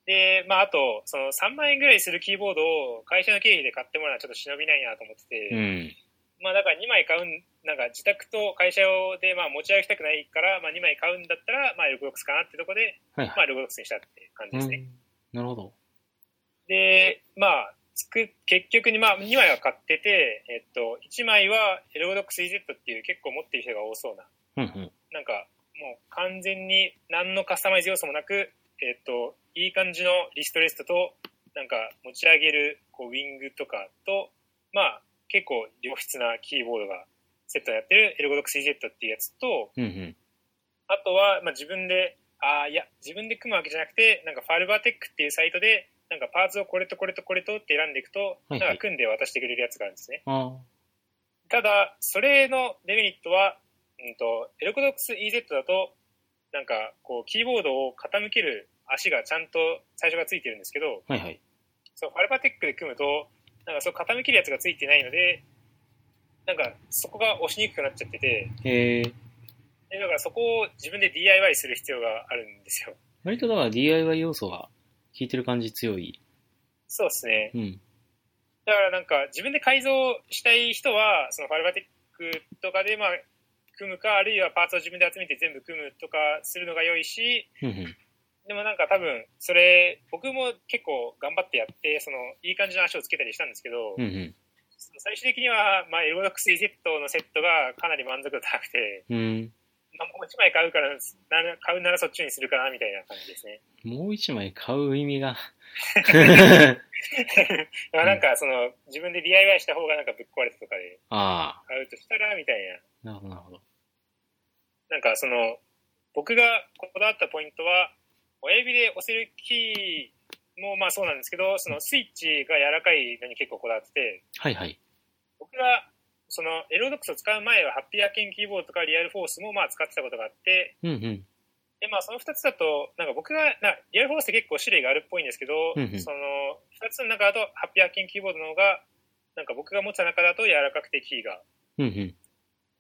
Speaker 2: で、まあ、あと、その3万円ぐらいするキーボードを会社の経費で買ってもらうのはちょっと忍びないなと思ってて、
Speaker 1: うん。
Speaker 2: まあだから2枚買うん、なんか自宅と会社用でまあ持ち歩きたくないから、まあ2枚買うんだったら、まあエルゴドックスかなってとこで、
Speaker 1: はい
Speaker 2: ま
Speaker 1: は
Speaker 2: あエルゴドックスにしたって感
Speaker 1: い。
Speaker 2: じ
Speaker 1: う
Speaker 2: です
Speaker 1: ん
Speaker 2: ね。
Speaker 1: なるほど。
Speaker 2: で、まあ、つく、結局にまあ2枚は買ってて、えっと、1枚はエルゴドックス EZ っていう結構持ってる人が多そうな、
Speaker 1: うんうん。
Speaker 2: なんかもう完全に何のカスタマイズ要素もなく、えっと、いい感じのリストレストと、なんか持ち上げるこうウィングとかと、まあ結構良質なキーボードがセットになってるエルゴドックス EZ っていうやつと、
Speaker 1: うんうん。
Speaker 2: あとは、まあ、自分で、ああ、いや、自分で組むわけじゃなくて、なんかファルバーテックっていうサイトで、なんかパーツをこれとこれとこれとって選んでいくと、
Speaker 1: はいはい
Speaker 2: なんか組んで渡してくれるやつがあるんですね。
Speaker 1: あ
Speaker 2: ただ、それのデメリットは、うんと、エルコドックス EZ だと、なんか、こう、キーボードを傾ける足がちゃんと最初がついてるんですけど、
Speaker 1: あ。はいはい。
Speaker 2: そう、ファルバテックで組むと、なんかそう傾けるやつがついてないので、なんか、そこが押しにくくなっちゃってて、
Speaker 1: へえ。
Speaker 2: でだからそこを自分で DIY する必要があるんですよ。
Speaker 1: 割とだから DIY 要素が効いてる感じ強い。
Speaker 2: そうですね。
Speaker 1: うん。
Speaker 2: だからなんか、自分で改造したい人は、そのファルバテックとかで、まあ、組むか、あるいはパーツを自分で集めて全部組むとかするのが良いし、
Speaker 1: うんうん。
Speaker 2: でもなんか多分、それ、僕も結構頑張ってやって、その、いい感じの足をつけたりしたんですけど、
Speaker 1: うんうん。
Speaker 2: 最終的には、まあ、エルゴダックス EZ のセットがかなり満足度高くて、
Speaker 1: うん。
Speaker 2: まあ、もう1枚買うから、な買うならそっちにするかな、みたいな感じですね。 (laughs)
Speaker 1: もう一枚買う意味 (laughs) が。
Speaker 2: まあなんか、その、自分で DIY した方がなんかぶっ壊れたとかで、
Speaker 1: あ
Speaker 2: 買うとしたら、みたい
Speaker 1: あ。なるほど、なるほど。
Speaker 2: な。なんか、その、僕がこだわったポイントは、親指で押せるキーもまあそうなんですけど、そのスイッチが柔らかいのに結構こだわってて、
Speaker 1: はいはい。
Speaker 2: 僕がそのエロドックスを使う前はハッピーアーケンキーボードとかリアルフォースもまあ使ってたことがあって
Speaker 1: うんうん。
Speaker 2: でまあその2つだとなんか僕がなリアルフォースって結構種類があるっぽいんですけど、
Speaker 1: うんうん
Speaker 2: その2つの中だとハッピーアーケンキーボードの方がなんか僕が持ってた中だと柔らかくてキーが
Speaker 1: うんうん。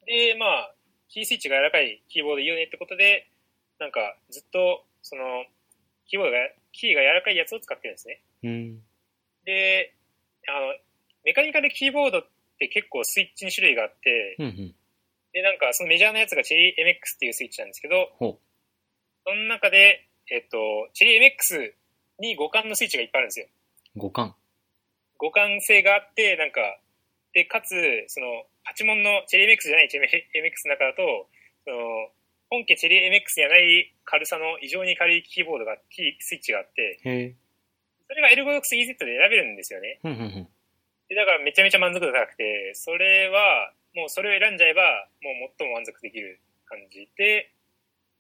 Speaker 2: でまあキースイッチが柔らかいキーボードいいよねってことでなんかずっとそのキーボードがキーが柔らかいやつを使ってるんですね
Speaker 1: うん。
Speaker 2: であのメカニカルキーボードって結構スイッチに種類があって、
Speaker 1: うんうん。
Speaker 2: で、なんか、そのメジャーなやつがチェリー MX っていうスイッチなんですけど、
Speaker 1: ほ
Speaker 2: その中で、えっと、チェリー MX に互換のスイッチがいっぱいあるんですよ。
Speaker 1: う。五感。
Speaker 2: 互換性があって、なんか、で、かつ、その、8門のチェリー MX じゃないチェリー MX の中だと、その、本家チェリー MX じゃない軽さの異常に軽いキーボードが、キースイッチがあって、
Speaker 1: へえ。
Speaker 2: それがエルゴドックス EZ で選べるんですよね。
Speaker 1: うんうんうん。
Speaker 2: で、だからめちゃめちゃ満足度高くて、それは、もうそれを選んじゃえば、もう最も満足できる感じで、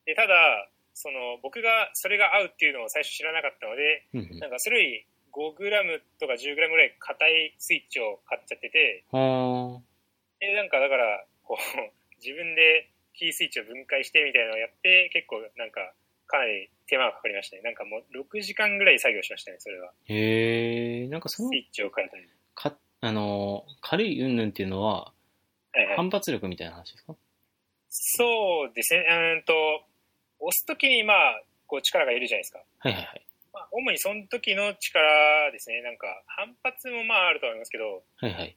Speaker 2: で、ただ、その、僕がそれが合うっていうのを最初知らなかったので、
Speaker 1: うんうん。
Speaker 2: なんかそれより5グラムとか10グラムぐらい硬いスイッチを買っちゃってて、
Speaker 1: は
Speaker 2: で、なんかだから、こう、 (laughs) 自分でキースイッチを分解してみたいなのをやって、結構なんか、かなり手間がかかりましたね。なんかもう6時間ぐらい作業しましたね、それは。
Speaker 1: あ。へえ。なんか
Speaker 2: ス
Speaker 1: その、
Speaker 2: イッチを変えたり。
Speaker 1: か、あのー、軽い云々っていうのは、
Speaker 2: はいはい。
Speaker 1: 反発力みたいな話ですか
Speaker 2: そうですね。うーんと、押すときに、まあ、こう力がいるじゃないですか。
Speaker 1: はいはいはい。
Speaker 2: まあ、主にその時の力ですね。なんか、反発もまああると思いますけど、
Speaker 1: はいはい。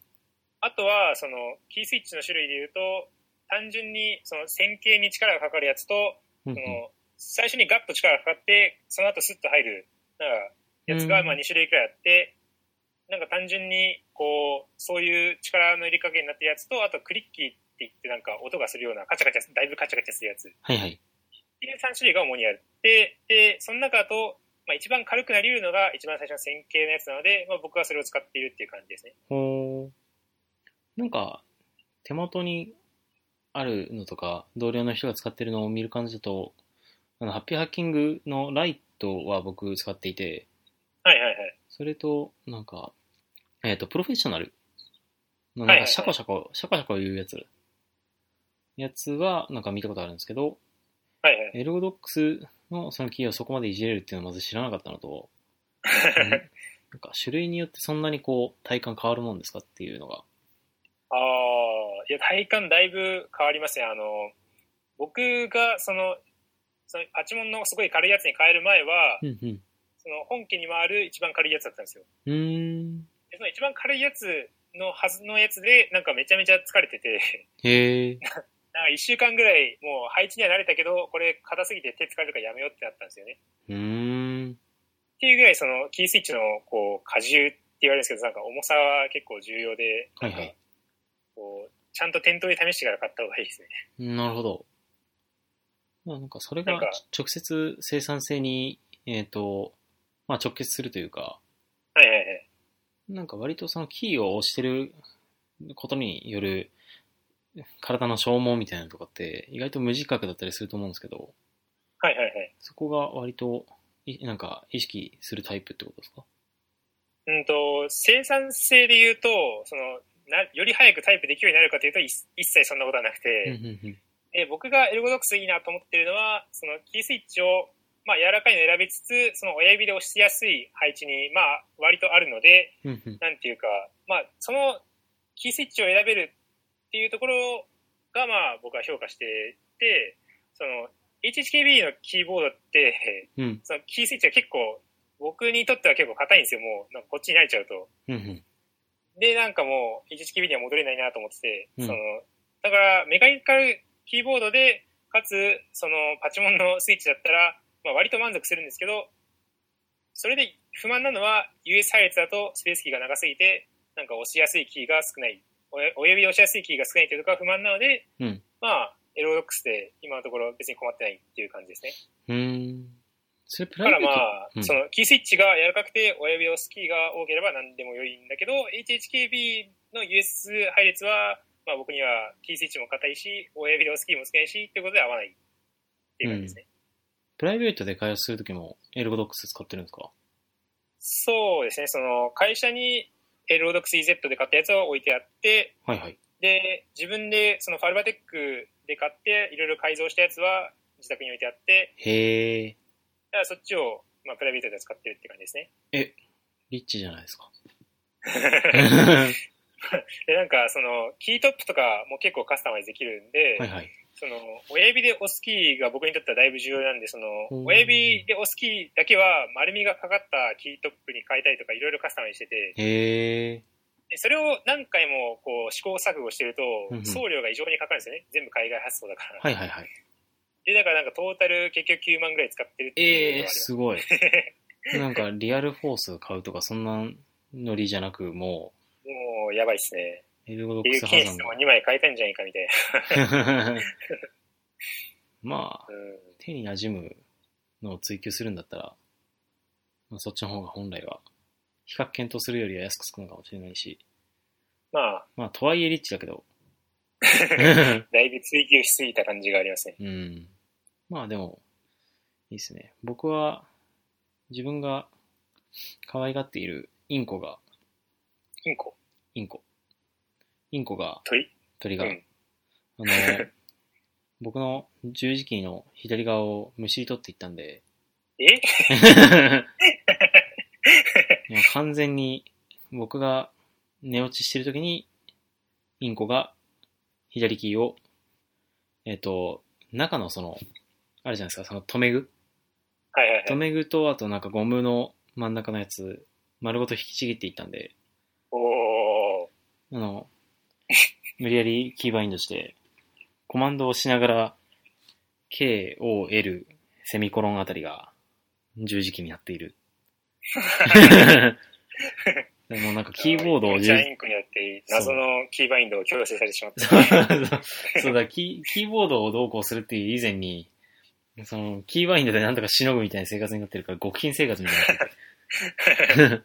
Speaker 2: あとは、その、キースイッチの種類で言うと、単純に、その、線形に力がかかるやつと、
Speaker 1: うんう
Speaker 2: そ
Speaker 1: ん
Speaker 2: の、最初にガッと力がかかって、その後スッと入る、なんか、やつが、
Speaker 1: うん
Speaker 2: まあ2種類くらいあって、なんか単純に、こう、そういう力の入れ加減になってるやつと、あとクリッキーって言って、なんか音がするような、カチャカチャ、だいぶカチャカチャするやつ。
Speaker 1: はいはい。
Speaker 2: っていう3種類が主にある。で、でその中だと、まあ、一番軽くなり得るのが一番最初の線形のやつなので、まあ、僕はそれを使っているっていう感じですね。
Speaker 1: ほーなんか、手元にあるのとか、同僚の人が使ってるのを見る感じだと、あの、ハッピーハッキングのライトは僕使っていて、
Speaker 2: はいはいはい。
Speaker 1: それと、なんか、えっ、と、プロフェッショナルの、
Speaker 2: は
Speaker 1: ないん
Speaker 2: はいは
Speaker 1: か、
Speaker 2: い
Speaker 1: シャコシャコ、シャコシャコ言うやつ。やつは、なんか見たことあるんですけど、
Speaker 2: はいはい。
Speaker 1: エルゴドックスのそのキーをそこまでいじれるっていうのはまず知らなかったの
Speaker 2: (laughs)
Speaker 1: と、うんなんか種類によってそんなにこう体感変わるもんですかっていうのが。
Speaker 2: ああ、いや、体感だいぶ変わりますね。あの、僕がその、そのパチモンのすごい軽いやつに変える前は、
Speaker 1: うんうん。
Speaker 2: その本家に回る一番軽いやつだったんですよ。
Speaker 1: うーん。
Speaker 2: でその一番軽いやつのはずのやつで、なんかめちゃめちゃ疲れて (laughs) て、
Speaker 1: へえ。
Speaker 2: なんか1週間ぐらいもう配置には慣れたけど、これ硬すぎて手疲れるからやめようってなったんですよね。
Speaker 1: うーん。
Speaker 2: っていうぐらいそのキースイッチのこう荷重って言われるんですけどなんか重さは結構重要で
Speaker 1: は
Speaker 2: ないん
Speaker 1: は
Speaker 2: か
Speaker 1: い。
Speaker 2: こうちゃんと店頭で試してから買った方がいいですね。
Speaker 1: なるほど。まあなんかそれ
Speaker 2: な
Speaker 1: が
Speaker 2: んか
Speaker 1: ち直接生産性に、えっ、と、まあ直結するというか、
Speaker 2: はいはいはい。
Speaker 1: なんか割とそのキーを押してることによる体の消耗みたいなのとかって意外と無自覚だったりすると思うんですけど、
Speaker 2: はいはいはい。
Speaker 1: そこが割と、いなんか、意識するタイプってことですか
Speaker 2: うんと、生産性で言うと、そのなより早くタイプできるようになるかというとい一切そんなことはなく
Speaker 1: う
Speaker 2: て、
Speaker 1: んうん
Speaker 2: で僕がエルゴドックスいいなと思ってるのは、そのキースイッチをまあ柔らかいの選びつつ、その親指で押しやすい配置にまあ割とあるので、
Speaker 1: うんうんうん。
Speaker 2: なんていうか、まあ、そのキースイッチを選べるっていうところが、まあ、僕は評価してて、その、HHKB のキーボードって、
Speaker 1: うん
Speaker 2: そのキースイッチが結構、僕にとっては結構硬いんですよ、もう、なんかこっちに慣れちゃうと。
Speaker 1: うんうん。
Speaker 2: で、なんかもう、HHKB には戻れないなと思ってて、
Speaker 1: うん
Speaker 2: その、だから、メカニカルキーボードで、かつ、その、パチモンのスイッチだったら、まあ、割と満足するんですけど、それで不満なのは、US 配列だとスペースキーが長すぎて、なんか押しやすいキーが少ない、お親指で押しやすいキーが少ないというところが不満なので、
Speaker 1: うん
Speaker 2: まあ、エロロックスで今のところ別に困ってないっていう感じですね。
Speaker 1: うーん。それプ
Speaker 2: だか
Speaker 1: ラ
Speaker 2: ら
Speaker 1: イベ
Speaker 2: ま
Speaker 1: ート、
Speaker 2: あ、
Speaker 1: うん
Speaker 2: そのキースイッチが柔らかくて親指をスキーが多ければ何でも良いんだけど HHKB の US 配列は、まあ、僕にはキースイッチも硬いし親指のスキーも少ないしということで合わないっていう感じですね、
Speaker 1: プライベートで会話するときも、エルゴドックス使ってるんですか
Speaker 2: そうですねその会社にえーロードックス EZ で買ったやつを置いてあって
Speaker 1: はいはい。
Speaker 2: で自分でそのファルバテックで買っていろいろ改造したやつは自宅に置いてあって
Speaker 1: へえ。
Speaker 2: だからそっちを、まあ、プライベートで使ってるって感じですね
Speaker 1: リッチじゃないです (laughs) か。
Speaker 2: でなんかそのキートップとかも結構カスタマイズできるんで、
Speaker 1: はいはい。
Speaker 2: その親指で押すキーが僕にとってはだいぶ重要なんでそ
Speaker 1: うん
Speaker 2: の親指で押すキーだけは丸みがかかったキートップに変えたりとかいろいろカスタマイズしてて
Speaker 1: へえ。
Speaker 2: でそれを何回もこう試行錯誤してると
Speaker 1: うんうん
Speaker 2: 送料が異常にかかるんですよね全部海外発送だから、
Speaker 1: はいはいはい。
Speaker 2: でだからなんかトータル結局9万ぐらい使ってるって
Speaker 1: え
Speaker 2: い
Speaker 1: え、
Speaker 2: うのがあります
Speaker 1: すごい。なんか、リアルフォース買うとか、そんなノリじゃなく、も
Speaker 2: もうやばいっすね
Speaker 1: う、エルゴドッ
Speaker 2: 有
Speaker 1: クス
Speaker 2: 機
Speaker 1: 破
Speaker 2: 品質も2枚変えたんじゃないかみたい
Speaker 1: 産。まあ、
Speaker 2: な、うん
Speaker 1: 手に馴染むのを追求するんだったら、まあ、そっちの方が本来は、比較検討するよりは安くつくのかもしれないし、
Speaker 2: まあ
Speaker 1: まあ、とはいえリッチだけど、
Speaker 2: だいぶ追求しすぎた感じがありますね
Speaker 1: うん。まあでも、いいですね。僕は、自分が可愛がっているインコが、
Speaker 2: インコ
Speaker 1: インコ。インコが、
Speaker 2: 鳥
Speaker 1: 鳥が、
Speaker 2: うん
Speaker 1: あの、
Speaker 2: (laughs)
Speaker 1: 僕の十字キーの左側をむしり取っていったんで、
Speaker 2: え
Speaker 1: (laughs) もう完全に僕が寝落ちしてる時にインコが左キーを、えっ、と、中のその、あれじゃないですか、その留め具
Speaker 2: はいはいは
Speaker 1: 留
Speaker 2: い。
Speaker 1: め具と、あとなんかゴムの真ん中のやつ、丸ごと引きちぎっていったんで、
Speaker 2: おー。
Speaker 1: あの、無理やりキーバインドして、コマンドをしながら、K, O, L, セミコロンあたりが十字キーになっている。でもなんかキーボードを
Speaker 2: ジ
Speaker 1: 十
Speaker 2: ャインクによって謎のキーバインドを強制されてしまった。
Speaker 1: そう (laughs) そうだキー、キーボードをどうこうするっていう以前に、その、キーバインドでなんとかしのぐみたいな生活になってるから、極貧生活みたいになってる。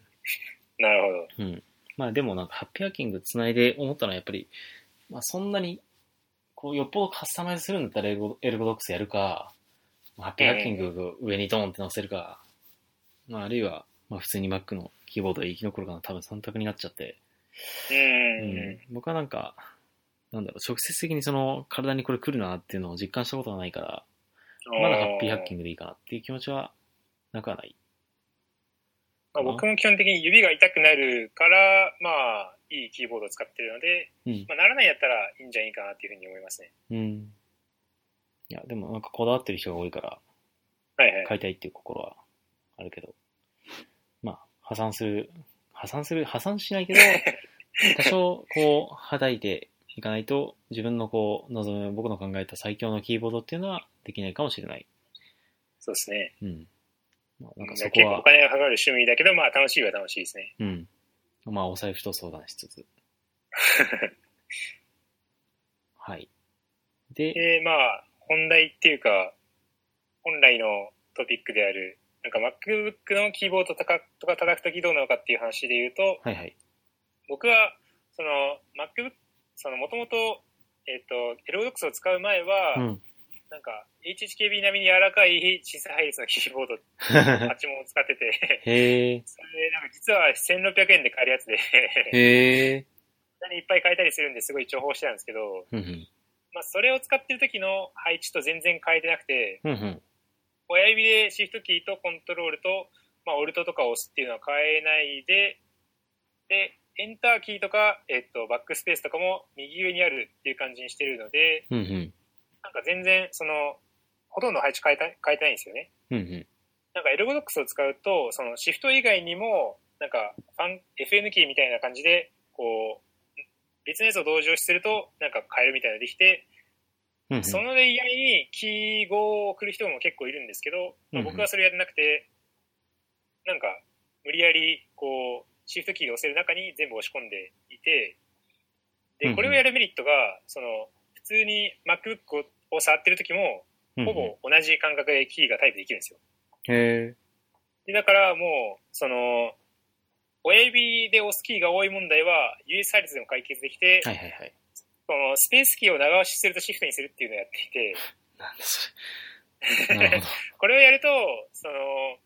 Speaker 2: (laughs) なるほど。
Speaker 1: うん。まあでもなんかハッピーハッキングつないで思ったのはやっぱり、まあそんなに、こうよっぽどカスタマイズするんだったらエルゴエルゴドックスやるか、まあハッピーハッキングを上にドーンって乗せるか、まああるいは、まあ普通に Mac のキーボードで生き残るかの多分3択になっちゃって、
Speaker 2: う。
Speaker 1: うん僕はなんか、なんだろう、直接的にその体にこれ来るなっていうのを実感したことがないから、まだハッピーハッキン
Speaker 2: グ。
Speaker 1: グでいいかなっていう気持ちはなくはない。
Speaker 2: まあ、僕も基本的に指が痛くなるから、まあ、いいキーボードを使ってるので、
Speaker 1: うん。
Speaker 2: まあ、ならないやったらいいんじゃないかなっていうふうに思いますね。
Speaker 1: うん。いや、でもなんかこだわってる人が多いから、
Speaker 2: はいはい。
Speaker 1: 買いたいっていう心はあるけど、まあ、破産する、破産する、破産しないけ
Speaker 2: (laughs)
Speaker 1: ど、多少こう、はたいていかないと、自分のこう、望む、僕の考えた最強のキーボードっていうのはできないかもしれない。
Speaker 2: そうですね。
Speaker 1: うん。まあ、なんか
Speaker 2: 結
Speaker 1: そこ
Speaker 2: 構お
Speaker 1: は、
Speaker 2: 金がかかる趣味だけど、まあ、楽しいは楽しいですね。
Speaker 1: うん。まあ、お財布と相談し
Speaker 2: (laughs)
Speaker 1: つつ。はい。で、
Speaker 2: で、まあ、本題っていうか、本来のトピックである、なんか MacBook のキーボードとかとか叩くときどうなのかっていう話で言うと、
Speaker 1: はいはい。
Speaker 2: 僕は、その、MacBook、その、もともと、えっ、と、LOX を使う前は、
Speaker 1: うん。
Speaker 2: なんか、HHKB 並みに柔らかい小さい配列のキーボード、8もを使ってて、
Speaker 1: (laughs)
Speaker 2: (laughs)
Speaker 1: へえ。
Speaker 2: それ、なんか実は1600円で買えるやつで、そ
Speaker 1: へえ。
Speaker 2: んなにいっぱい買えたりするんですごい重宝してたんですけど、
Speaker 1: うんうん。
Speaker 2: まあ、それを使ってる時の配置と全然変えてなくて、
Speaker 1: うんうん。
Speaker 2: 親指でシフトキーとコントロールと、まあ、オルトとかを押すっていうのは変えないで、で、エンターキーとか、えっと、バックスペースとかも右上にあるっていう感じにしてるので、
Speaker 1: うんうん。
Speaker 2: なんか全然、その、ほとんど配置変えた、変えてないんですよね。
Speaker 1: うんうん。
Speaker 2: なんかエルゴドックスを使うと、そのシフト以外にも、なんかファン FN キーみたいな感じで、こう、別のやつを同時押しすると、なんか変えるみたいなのができて、
Speaker 1: うんうん
Speaker 2: そのレイヤーに記号を送る人も結構いるんですけど、
Speaker 1: うん
Speaker 2: まあ
Speaker 1: うん
Speaker 2: 僕はそれやってなくて、なんか、無理やり、こう、シフトキーを押せる中に全部押し込んでいて、
Speaker 1: うんう
Speaker 2: で、
Speaker 1: ん
Speaker 2: これをやるメリットが、その、普通に MacBook を触ってる時も、
Speaker 1: うんうん
Speaker 2: ほぼ同じ感覚でキーがタイプできるんですよ。
Speaker 1: へ
Speaker 2: で、だからもう、その、親指で押すキーが多い問題は、US 配列でも解決できて
Speaker 1: え。、はいはいはい。
Speaker 2: そのスペースキーを長押しするとシフトにするっていうのをやっていて、
Speaker 1: なんだそれ。なるほ
Speaker 2: これをやると、その、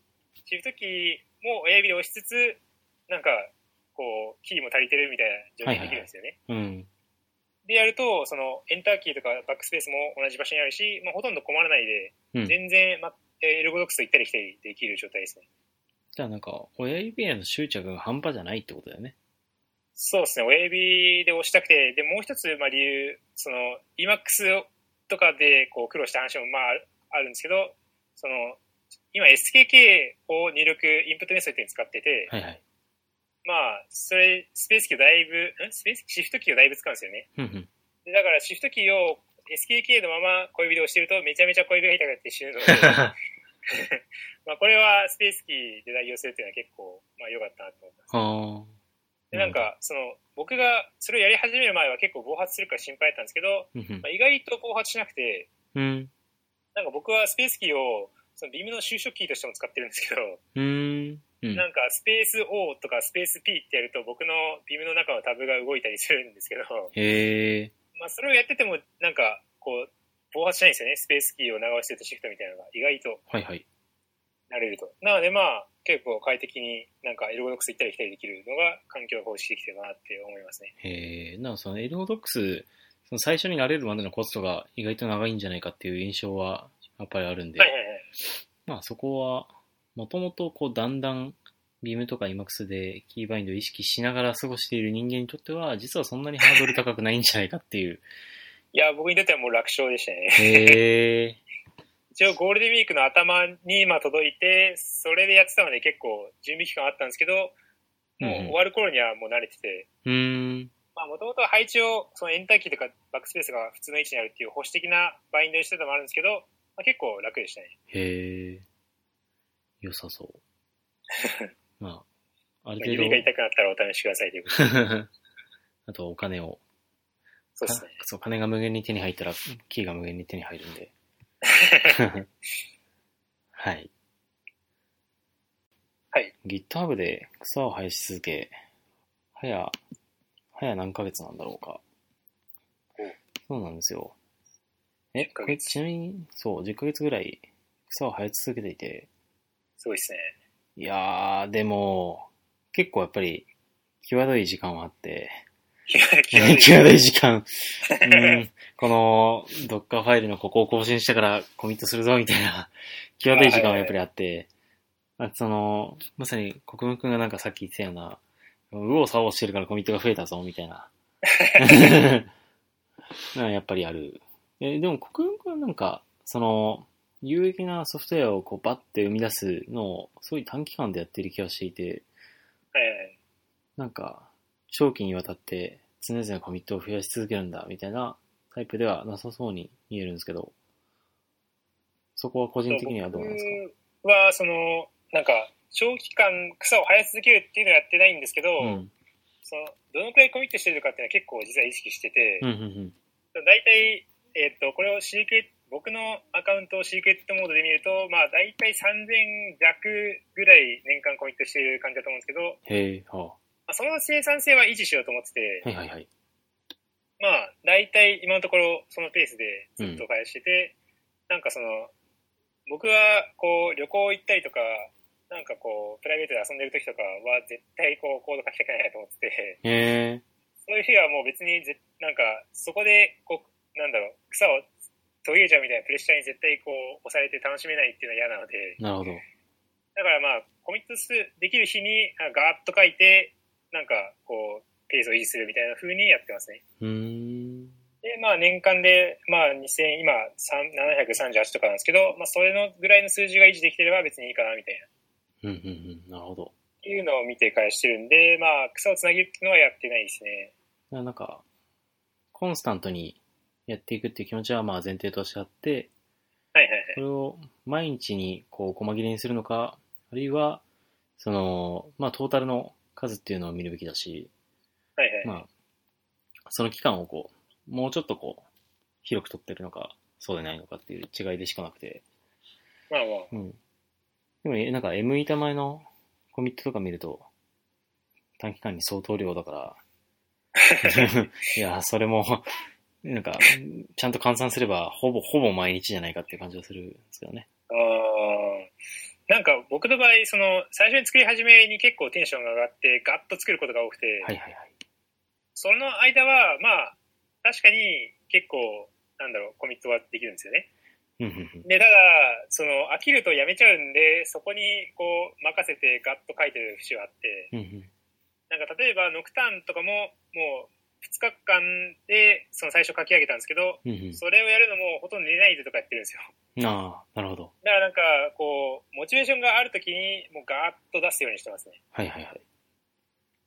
Speaker 2: シフトキーも親指で押しつつ、なんか、こう、キーも足りてるみたいな状況にできるんですよね。
Speaker 1: ど。うん。
Speaker 2: で、やると、その、エンターキーとかバックスペースも同じ場所にあるし、まあ、ほとんど困らないで、
Speaker 1: うん
Speaker 2: 全然、ま、えーエルゴドックスと行ったり来たりできる状態ですね。
Speaker 1: じゃあなんか、親指への執着が半端じゃないってことだよね。
Speaker 2: そうですね、親指で押したくて、で、もう一つ、まあ、理由、その、EMAX とかで、こう、苦労した話も、まあ、あるあるんですけど、その、今 SKK を入力、インプットメソッドに使ってて、
Speaker 1: はいはい。
Speaker 2: まあ、それ、スペースキーをだいぶ、んスペースシフトキーをだいぶ使うんですよね。
Speaker 1: うん (laughs) うん。
Speaker 2: でだから、シフトキーを SKK のまま小指で押してると、めちゃめちゃ小指が痛くなって死ぬので、
Speaker 1: (laughs) は
Speaker 2: まあ、これはスペースキーで代用するっていうのは結構、まあ、良かったなと思った。
Speaker 1: あ。
Speaker 2: で、なん、か、その、僕がそれをやり始める前は結構暴発するから心配だったんですけど、
Speaker 1: うんうん
Speaker 2: まあ、意外と暴発しなくて、
Speaker 1: うん。
Speaker 2: なんか僕はスペースキーを、そのビームの収縮キーとしても使ってるんですけど、
Speaker 1: うん。うん。
Speaker 2: なんかスペース O とかスペース P ってやると僕のビームの中のタブが動いたりするんですけど、
Speaker 1: へえ。
Speaker 2: まあ、それをやってても、なんか、こう、暴発しないんですよね。スペースキーを長押してるとシフトみたいなのが意外と
Speaker 1: はいはい。
Speaker 2: 慣れると。なのでまあ、結構快適になんかエルゴドックス行ったり来たりできるのが環境が保持できてるかなって思いますね。
Speaker 1: へえ。なんかその、エルゴドックス、その最初に慣れるまでのコストが意外と長いんじゃないかっていう印象は、やっぱりあるんで。
Speaker 2: はいはいはい。
Speaker 1: まあそこは、もともとこうだんだんビームとか IMAX でキーバインドを意識しながら過ごしている人間にとっては、実はそんなにハードル高くないんじゃないかっていう
Speaker 2: いや、僕にとってはもう楽勝でしたね。
Speaker 1: へえ。
Speaker 2: 一応ゴールデンウィークの頭にまあ届いて、それでやってたので結構準備期間あったんですけど、もう終わる頃にはもう慣れてて、
Speaker 1: (laughs) うーん。
Speaker 2: まあもともと配置を、そのエンターキーとかバックスペースが普通の位置にあるっていう保守的なバインドにしてたのもあるんですけど、まあ、結構楽でしたね。
Speaker 1: へえ。良さ (laughs) そう。まあ、あ
Speaker 2: まあ
Speaker 1: る
Speaker 2: 指
Speaker 1: 程
Speaker 2: が痛くなったらお試しくださいということで。
Speaker 1: 度、 (laughs) あとはお金を。
Speaker 2: そうですね。
Speaker 1: かそう、金が無限に手に入ったら、キーが無限に手に入るんで。
Speaker 2: (laughs)
Speaker 1: はい。
Speaker 2: はい。
Speaker 1: GitHub で草を生やし続け、はや、はや何ヶ月なんだろうか
Speaker 2: お。
Speaker 1: そうなんですよ。え、
Speaker 2: 10ヶ月
Speaker 1: これちなみに、そう、10ヶ月ぐらい草を生やし続けていて、
Speaker 2: すごいですね。 (laughs)
Speaker 1: いやー、でも、結構やっぱり、際どい時間はあって、
Speaker 2: 際どい
Speaker 1: 際どい時間。うん、この、ドッカーファイルのここを更新したからコミットするぞ、みたい (laughs) な、際どい時間はやっぱりあって、あその、まさに国分くんがなんかさっき言ってたような、右往左往してるからコミットが増えたぞ、みたい (laughs) な。なやっぱりある。え、でも国分くんはなんか、その、有益なソフトウェアをこうバッて生み出すのを、すごい短期間でやってる気がしていて、
Speaker 2: え
Speaker 1: なんか、長期にわたって常々コミットを増やし続けるんだ、みたいなタイプではなさそうに見えるんですけど、そこは個
Speaker 2: え
Speaker 1: 人的にはどうなんですか
Speaker 2: 僕は、その、なんか、長期間草を生やし続けるっていうのはやってないんですけど、
Speaker 1: うん。
Speaker 2: その、どのくらいコミットしてるかっていうのは結構実は意識してて、
Speaker 1: うん、うん、
Speaker 2: 大体、えっ、と、これをシークレット、僕のアカウントをシークレットモードで見ると、まあ大体3000弱ぐらい年間コミットしてる感じだと思うんですけど、
Speaker 1: へえ、は
Speaker 2: まあ、その生産性は維持しようと思ってて
Speaker 1: あ、、はいはいはい。
Speaker 2: まあ大体今のところそのペースでずっと開発してて、なんかその、僕はこう旅行行ったりとか、なんかこうプライベートで遊んでる時とかは絶対こうコード書きたくないなと思って
Speaker 1: へえ、
Speaker 2: て、そういう日はもう別にぜ、なんか、そこで、こう、なんだろう、草を途切れちゃうみたいなプレッシャーに絶対こう、押されて楽しめないっていうのは嫌なので、
Speaker 1: なるほど。
Speaker 2: だからまあ、コミットするできる日に、あガーッと書いて、なんか、こう、ペースを維持するみたいな風にやってますね。
Speaker 1: うーん。
Speaker 2: で、まあ、年間で、まあ、2000、今、3 738とかなんですけど、まあ、それのぐらいの数字が維持できてれば別にいいかな、みたいな。っ
Speaker 1: うん、うん、うん。なるほど。
Speaker 2: ていうのを見て返してるんで、まあ、草をつなげるっていうのはやってないですね。
Speaker 1: だからなんか、コンスタントにやっていくっていう気持ちはまあ前提としてあって、
Speaker 2: はいはいはい
Speaker 1: そ。れを毎日にこう、細切れにするのか、あるいは、その、まあトータルの数っていうのを見るべきだし、
Speaker 2: はいはい。
Speaker 1: まあ、その期間をこう、もうちょっとこう、広く取ってるのか、そうでないのかっていう違いでしかなくて。
Speaker 2: まあまあ。
Speaker 1: うん。でも、えなんか M 板前のコミットとか見ると、短期間に相当量だ (laughs) から、いや、それも、なんか、ちゃんと換算すれば、ほぼ、ほぼ毎日じゃないかっていう感じがするんですけどね。
Speaker 2: あーなんか僕の場合、その最初に作り始めに結構テンションが上がってガッと作ることが多くて、
Speaker 1: はいはいはい。
Speaker 2: その間はまあ確かに結構なんだろうコミットはできるんですよね。
Speaker 1: うんうんうん。
Speaker 2: で、ただその飽きるとやめちゃうんで、そこにこう任せてガッと書いてる節はあって、
Speaker 1: うんうん。
Speaker 2: なんか例えばノクターンとかももう2日間でその最初書き上げたんですけど、
Speaker 1: うん
Speaker 2: それをやるのもほとんど寝ないでとかやってるんですよ。
Speaker 1: うん。ああ、なるほど。
Speaker 2: だからなんかこうモチベーションがある時にもうガーッと出すようにしてますね。
Speaker 1: はいはいはい。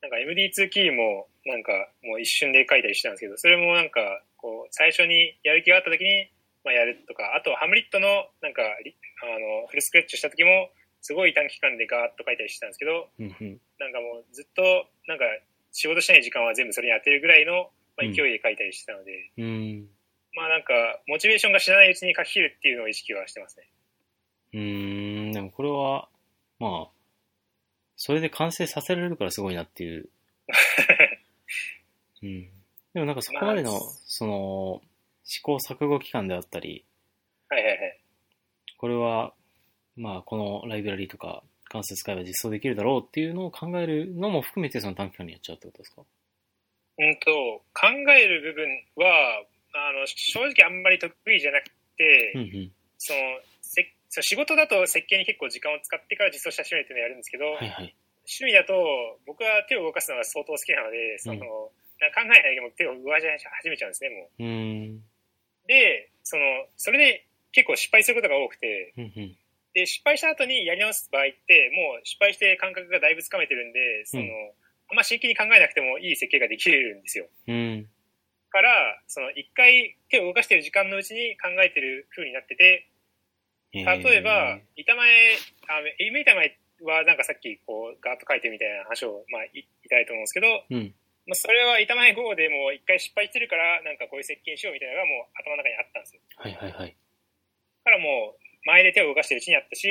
Speaker 2: なんか MD2 キーもなんかもう一瞬で書いたりしてたんですけど、それもなんかこう最初にやる気があった時にまあやるとか、あとハムリットのなんかリあのフルスクラッチした時もすごい短期間でガーッと書いたりしてたんですけど、
Speaker 1: うんうん。
Speaker 2: なんかもうずっとなんか仕事しない時間は全部それに当てるぐらいのまあ勢いで書いたりしてたので、
Speaker 1: うん。
Speaker 2: まあなんかモチベーションが知らないうちに書き切るっていうのを意識はしてますね。
Speaker 1: うーん、でもこれは、まあ、それで完成させられるからすごいなって
Speaker 2: (laughs)
Speaker 1: いう。うん。でもなんかそこまでの、
Speaker 2: まあ
Speaker 1: その、試行錯誤期間であったり、
Speaker 2: はいはいはい。
Speaker 1: これは、まあ、このライブラリとか、関数使えば実装できるだろうっていうのを考えるのも含めて、その短期間にやっちゃうってことですか
Speaker 2: うんと、考える部分は、あの、正直あんまり得意じゃなくて、
Speaker 1: うんうん。
Speaker 2: その、せその仕事だと設計に結構時間を使ってから実装し始めるっていうのをやるんですけど、
Speaker 1: はいはい。
Speaker 2: 趣味だと僕は手を動かすのが相当好きなので、そ
Speaker 1: う
Speaker 2: の、
Speaker 1: ん
Speaker 2: 考えないでもう手を動かし始めちゃうんですね、もう。
Speaker 1: うーん。
Speaker 2: で、その、それで結構失敗することが多くて、
Speaker 1: うんうん
Speaker 2: で、失敗した後にやり直す場合って、もう失敗して感覚がだいぶつかめてるんで、その、
Speaker 1: うん
Speaker 2: あんま真剣に考えなくてもいい設計ができるんですよ。
Speaker 1: うん。
Speaker 2: から、その、一回手を動かしてる時間のうちに考えてる風になってて、例えば、板前、あ夢板前はなんかさっきこうガーッと書いてみたいな話を、まあ、いいただいたと思うんですけど、
Speaker 1: うん
Speaker 2: まあ、それは板前 GO でもう一回失敗してるから、なんかこういう設計にしようみたいなのがもう頭の中にあったんですよ。
Speaker 1: はいはいはい。
Speaker 2: だからもう前で手を動かしてるうちにあったし、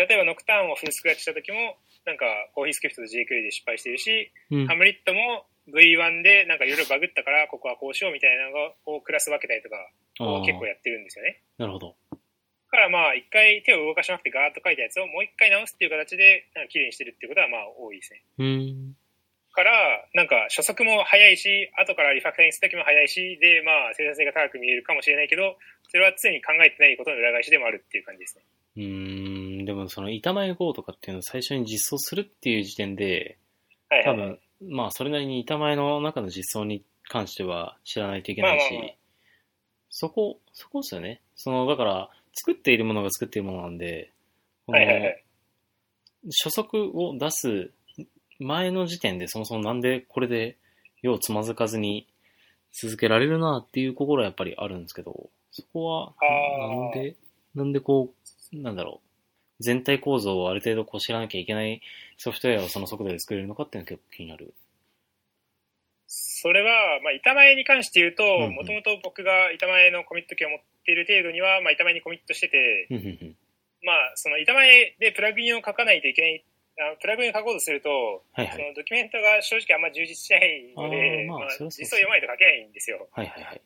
Speaker 2: 例えばノクターンをフルスクラッチした時も、なんかコーヒースクリプトと JQA で失敗してるし、
Speaker 1: うん
Speaker 2: ハムリットも V1 でなんかいろいろバグったから、ここはこうしようみたいなのをクラス分けたりとか、
Speaker 1: あー
Speaker 2: 結構やってるんですよね。
Speaker 1: なるほど。
Speaker 2: だからまあ、一回手を動かしなくてガーッと書いたやつをもう一回直すっていう形で、なんか綺麗にしてるっていうことはまあ多いですね。
Speaker 1: うん。
Speaker 2: から、なんか初速も早いし、後からリファクタリングするときも早いし、でまあ、生産性が高く見えるかもしれないけど、それは常に考えてないことの裏返しでもあるっていう感じですね。
Speaker 1: うーん、でもその板前 GO とかっていうのを最初に実装するっていう時点で、
Speaker 2: はいは
Speaker 1: 多
Speaker 2: いはい。
Speaker 1: 分、まあそれなりに板前の中の実装に関しては知らないといけないし、
Speaker 2: まあまあまあ
Speaker 1: そこ、そこですよね。その、だから、作っているものが作っているものなんで、この
Speaker 2: はいはいはい。
Speaker 1: 初速を出す前の時点でそもそもなんでこれでようつまずかずに続けられるなっていう心はやっぱりあるんですけど、そこは
Speaker 2: あー
Speaker 1: なんで、なんでこう、なんだろう、全体構造をある程度こう知らなきゃいけないソフトウェアをその速度で作れるのかっていうのが結構気になる。
Speaker 2: それは、まあ、板前に関して言うと
Speaker 1: んうん、
Speaker 2: もともと僕が板前のコミット権を持っている程度には、まあ、板前にコミットしてて、
Speaker 1: うんうんうん
Speaker 2: まあ、その板前でプラグインを書かないといけない、あプラグインを書こうとすると、
Speaker 1: はいは
Speaker 2: その
Speaker 1: い。
Speaker 2: ドキュメントが正直あんま充実しないの
Speaker 1: あー
Speaker 2: で、
Speaker 1: まあ
Speaker 2: まあ
Speaker 1: そりゃそうで
Speaker 2: 実
Speaker 1: すね
Speaker 2: 装読まないと書けないんですよ。
Speaker 1: はいはいはい。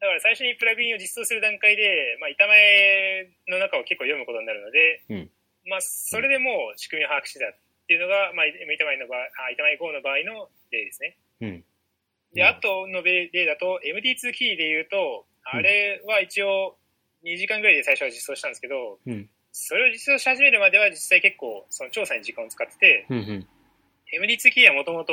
Speaker 2: だから最初にプラグインを実装する段階で、まあ、板前の中を結構読むことになるので、まあ、それでもう仕組みを把握してたっていうのが、まあ、板前の場合、あ板前 GO の場合の例ですね。
Speaker 1: うん。
Speaker 2: で、あとの例だと、MD2 キーで言うと、あれは一応2時間ぐらいで最初は実装したんですけど、
Speaker 1: うん。
Speaker 2: それを実装し始めるまでは実際結構その調査に時間を使ってて、
Speaker 1: うんうん。
Speaker 2: MD2 キーはもともと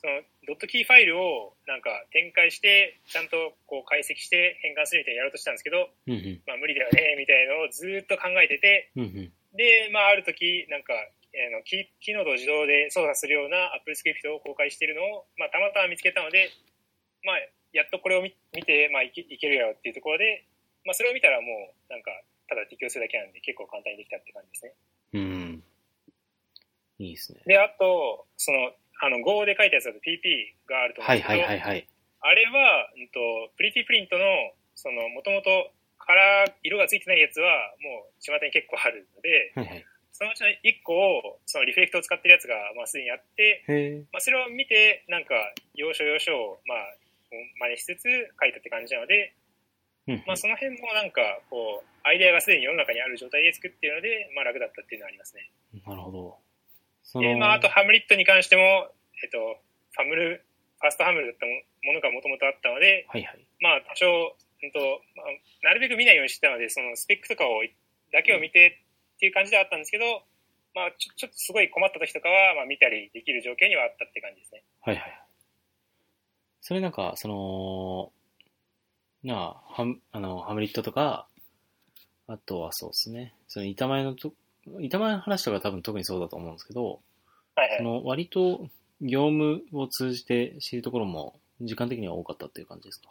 Speaker 2: そのドットキーファイルをなんか展開して、ちゃんとこう解析して変換するみたいなのやろうとしたんですけど、
Speaker 1: うんうん。
Speaker 2: まあ無理だよね、みたいなのをずーっと考えてて、
Speaker 1: うんうん。
Speaker 2: で、まあある時、なんか、あのキキーノードを自動で操作するような Apple Script を公開しているのを、まあたまたま見つけたので、まあやっとこれを見見て、まあいけいけるやろっていうところで、まあそれを見たらもうなんか、ただ適用するだけなんで結構簡単にできたって感じです
Speaker 1: う
Speaker 2: ね。
Speaker 1: ん。いいですね。
Speaker 2: で、あと、その、あの、Go で書いたやつだと PP があると思う
Speaker 1: は
Speaker 2: ん
Speaker 1: い
Speaker 2: ですけ
Speaker 1: は
Speaker 2: ど、
Speaker 1: いはいはい。
Speaker 2: あれは、うんと、プリティプリントの、その、もともと、カラー、色がついてないやつは、もう、巷に結構あるので、
Speaker 1: はいはい。
Speaker 2: そのうちの1個を、そのリフレクトを使ってるやつが、まあ、すでにあって、
Speaker 1: へえ。
Speaker 2: まあ、それを見て、なんか、要所要所を、まあ、真似しつつ書いたって感じなので、
Speaker 1: うんうん
Speaker 2: まあ、その辺もなんか、こう、アイデアがすでに世の中にある状態で作っているので、まあ、楽だったっていうのはありますね。
Speaker 1: なるほど。そ
Speaker 2: で、まあ、あと、ハムリットに関しても、えっと、ファムル、ファーストハムルだったものがもともとあったので、
Speaker 1: はいはい。
Speaker 2: まあ、多少、うんとまあ、なるべく見ないようにしてたので、そのスペックとかを、だけを見てっていう感じではあったんですけど、まあ、ちょちょっとすごい困った時とかは、まあ、見たりできる状況にはあったって感じですね。
Speaker 1: はいはい。それなんか、その、なあ、ハム、あの、ハムリットとか、あとはそうですね。その板前のと、板前の話とか多分特にそうだと思うんですけど、
Speaker 2: はいは
Speaker 1: そ
Speaker 2: い。
Speaker 1: の割と業務を通じて知るところも時間的には多かったっていう感じですか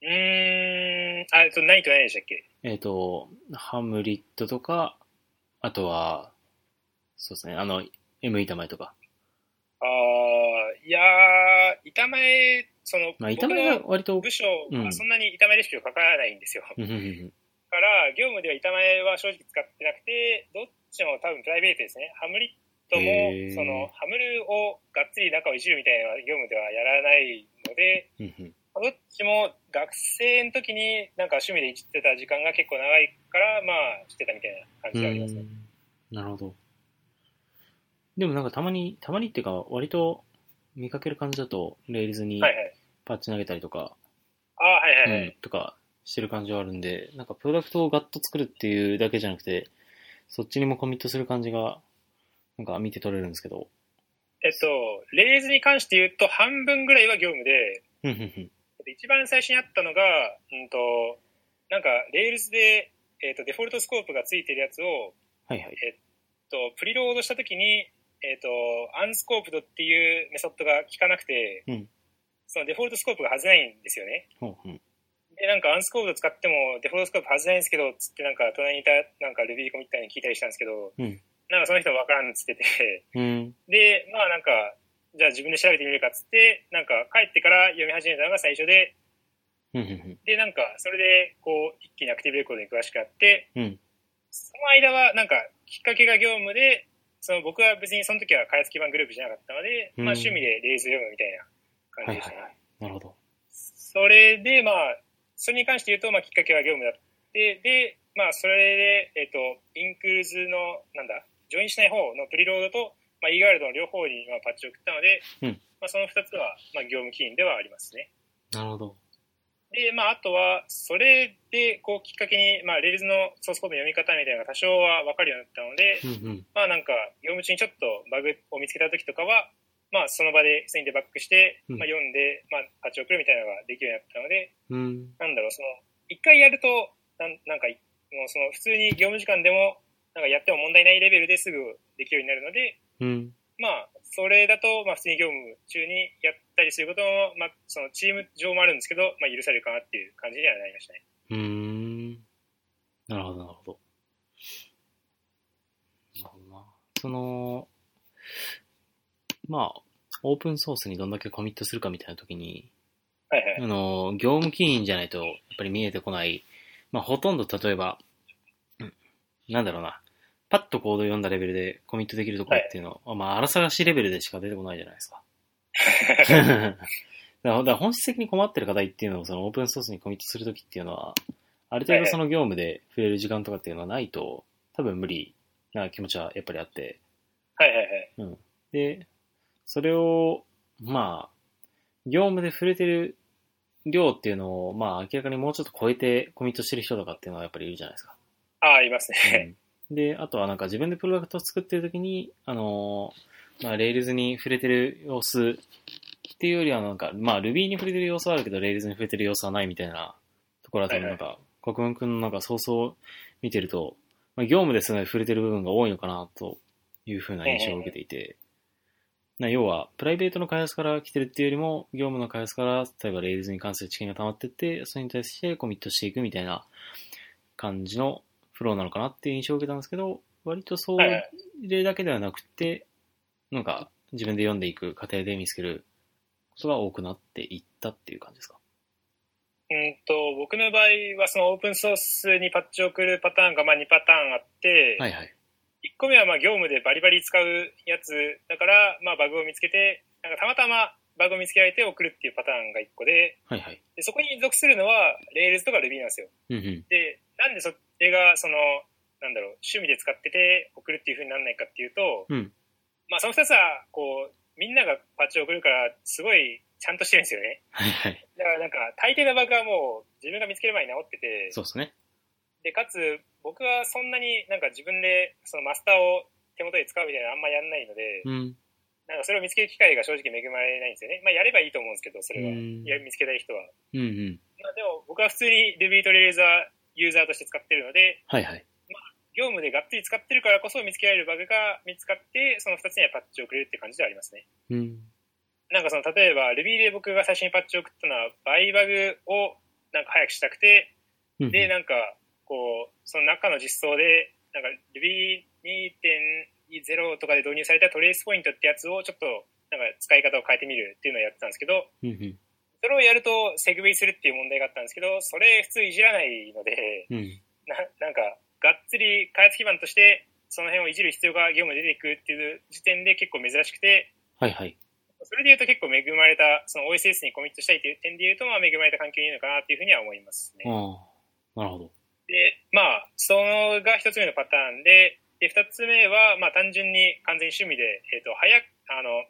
Speaker 2: うーん、あ、えっと、何と何でしたっけ
Speaker 1: えっ、と、ハムリットとか、あとは、そうですね、あの、M 板前とか。
Speaker 2: あーいやー、板前、その、
Speaker 1: まあ、
Speaker 2: 僕
Speaker 1: 板前は
Speaker 2: の
Speaker 1: 割と
Speaker 2: 部、署
Speaker 1: うん
Speaker 2: はそんなに板前レシピを書からないんですよ。
Speaker 1: うんうんうん
Speaker 2: から、業務では板前は正直使ってなくて、どっちも多分プライベートですね。ハムリットも
Speaker 1: へー、
Speaker 2: その、ハムルをがっつり中をいじるみたいな業務ではやらないので、
Speaker 1: うんうん
Speaker 2: どっちも学生の時になんか趣味でいじってた時間が結構長いから、まあ、してたみたいな感じがありますね。
Speaker 1: うんなるほど。でもなんかたまに、たまにっていうか、割と見かける感じだと、レールズに
Speaker 2: はいはい。
Speaker 1: パッチ投げたりとか、
Speaker 2: ああ、はいはいは
Speaker 1: う
Speaker 2: い。
Speaker 1: んとかしてる感じはあるんで、なんかプロダクトをガッと作るっていうだけじゃなくて、そっちにもコミットする感じが、なんか見て取れるんですけど。
Speaker 2: えっと、レーズに関して言うと、半分ぐらいは業務で、
Speaker 1: うんうんうん
Speaker 2: でで一番最初にあったのが、うんと、なんか、レールズで、えっ、と、デフォルトスコープがついてるやつを、
Speaker 1: はいはい。
Speaker 2: と、プリロードしたときに、えっ、と、アンスコープドっていうメソッドが効かなくて、
Speaker 1: うん
Speaker 2: そのデフォルトスコープが外れないんですよね。
Speaker 1: ほううん。
Speaker 2: で、なんかアンスコープド使ってもデフォルトスコープ外れないんですけど、つってなんか隣にいた、なんかルビーコみたいに聞いたりしたんですけど、
Speaker 1: うん
Speaker 2: なんかその人はわからんっつって (laughs) て、
Speaker 1: うん。
Speaker 2: で、まあなんか、じゃあ自分で調べてみるかっつって、なんか帰ってから読み始めたのが最初で、
Speaker 1: うんうん
Speaker 2: で、なんか、それで、こう、一気にアクティブレコードに詳しくなって、
Speaker 1: うん
Speaker 2: その間は、なんか、きっかけが業務で、その僕は別にその時は開発基盤グループじゃなかったので、
Speaker 1: うん
Speaker 2: まあ趣味でレース読むみたいな感じでしたね。
Speaker 1: はいなるほど。
Speaker 2: それで、まあ、それに関して言うと、まあ、きっかけは業務だって、で、まあ、それで、えっ、と、インクルーズの、なんだ、ジョインしない方のプリロードと、まあ、イーガールドの両方に、まあ、パッチを送ったので、
Speaker 1: うん
Speaker 2: まあ、その二つは、まあ、業務起因ではありますね。
Speaker 1: なるほど。
Speaker 2: で、まあ、あとは、それで、こう、きっかけに、まあ、レールズのソースコードの読み方みたいなのが多少は分かるようになったので、
Speaker 1: うんうん。
Speaker 2: まあ、なんか、業務中にちょっとバグを見つけた時とかは、まあ、その場で普通にデバッグして、
Speaker 1: うん
Speaker 2: まあ、読んで、まあ、パッチを送るみたいなのができるようになったので、
Speaker 1: うん。
Speaker 2: なんだろう、その、一回やると、なんなんか、もう、その、普通に業務時間でも、なんか、やっても問題ないレベルですぐできるようになるので、
Speaker 1: うん。
Speaker 2: まあ、それだと、まあ、普通に業務中にやったりすることも、まあ、その、チーム上もあるんですけど、まあ、許されるかなっていう感じにはなりましたね。
Speaker 1: うーん。なるほど、なるほど。なるほどな。その、まあ、オープンソースにどんだけコミットするかみたいな時に、
Speaker 2: はいはい。
Speaker 1: あの、業務起因じゃないと、やっぱり見えてこない。まあ、ほとんど例えば、うんなんだろうな。パッとコード読んだレベルでコミットできるところっていうのは、まあ、荒探しレベルでしか出てこないじゃないですか。だからだから本質的に困ってる課題っていうのを、そのオープンソースにコミットするときっていうのは、ある程度その業務で触れる時間とかっていうのはないと、多分無理な気持ちはやっぱりあって、
Speaker 2: はいはいはい。
Speaker 1: で、それを、まあ、業務で触れてる量っていうのを、まあ、明らかにもうちょっと超えてコミットしてる人とかっていうのはやっぱりいるじゃないですか。
Speaker 2: ああ、いますね。
Speaker 1: うんで、あとはなんか自分でプロダクトを作ってるときに、あのーまあ、レールズに触れてる様子っていうよりはなんか、まあ、Ruby に触れてる様子はあるけど、レールズに触れてる様子はないみたいなところだと、
Speaker 2: はい
Speaker 1: な
Speaker 2: は
Speaker 1: ん
Speaker 2: い
Speaker 1: か、国分君のなんか、そうそう見てると、まあ、業務ですので触れてる部分が多いのかなというふうな印象を受けていて、な要は、プライベートの開発から来てるっていうよりも、業務の開発から、例えばレールズに関する知見が溜まってって、それに対してコミットしていくみたいな感じのフローなのかなっていう印象を受けたんですけど、割とそう
Speaker 2: (laughs) はいはい
Speaker 1: 例だけではなくて、なんか自分で読んでいく過程で見つけることが多くなっていったっていう感じですか。
Speaker 2: うんと、僕の場合はそのオープンソースにパッチを送るパターンがまあ2パターンあって、
Speaker 1: はいはい。
Speaker 2: 1個目はまあ業務でバリバリ使うやつだから、まあバグを見つけて、なんかたまたまバグを見つけられて送るっていうパターンが1個で、
Speaker 1: はいはい。
Speaker 2: でそこに属するのは Rails とか Ruby なんですよ。
Speaker 1: うんうん。
Speaker 2: で、なんでそれがその、なんだろう、趣味で使ってて送るっていうふうにならないかっていうと、
Speaker 1: うん
Speaker 2: まあその2つは、こう、みんながパッチを送るから、すごいちゃんとしてるんですよね。
Speaker 1: はいはい。
Speaker 2: だからなんか、大抵のバグはもう自分が見つける前に治ってて、
Speaker 1: そうですね。
Speaker 2: で、かつ僕はそんなになんか自分でそのマスターを手元で使うみたいなのあんまやんないので、
Speaker 1: うん。
Speaker 2: なんかそれを見つける機会が正直恵まれないんですよね。まあやればいいと思うんですけど、それは。
Speaker 1: うん
Speaker 2: いや、見つけたい人は。
Speaker 1: うんうん。
Speaker 2: まあでも僕は普通に Ruby と Rails はユーザーとして使ってるので、
Speaker 1: はいはい。
Speaker 2: 業務でがっつり使ってるからこそ見つけられるバグが見つかって、その2つにはパッチをくれるって感じではありますね。
Speaker 1: うん。
Speaker 2: なんかその例えば Ruby で僕が最初にパッチを送ったのは倍バグをなんか早くしたくて、
Speaker 1: うん
Speaker 2: で、なんか、こう、その中の実装で、なんか Ruby2.0 とかで導入されたトレースポイントってやつをちょっと、なんか使い方を変えてみるっていうのをやってたんですけど、
Speaker 1: うんうん。
Speaker 2: それをやるとセグウェイするっていう問題があったんですけど、それ普通いじらないので、 (laughs)
Speaker 1: うん。
Speaker 2: ななんか、がっつり開発基盤として、その辺をいじる必要が業務で出てくるっていう時点で結構珍しくて、
Speaker 1: はいはい。
Speaker 2: それで言うと結構恵まれた、その OSS にコミットしたいという点で言うと、まあ恵まれた環境にいるのかなっていうふうには思いますね。
Speaker 1: ああ。なるほど。
Speaker 2: で、まあ、そのが一つ目のパターンで、で、二つ目は、まあ、単純に完全に趣味で、えっ、と、早く、あの、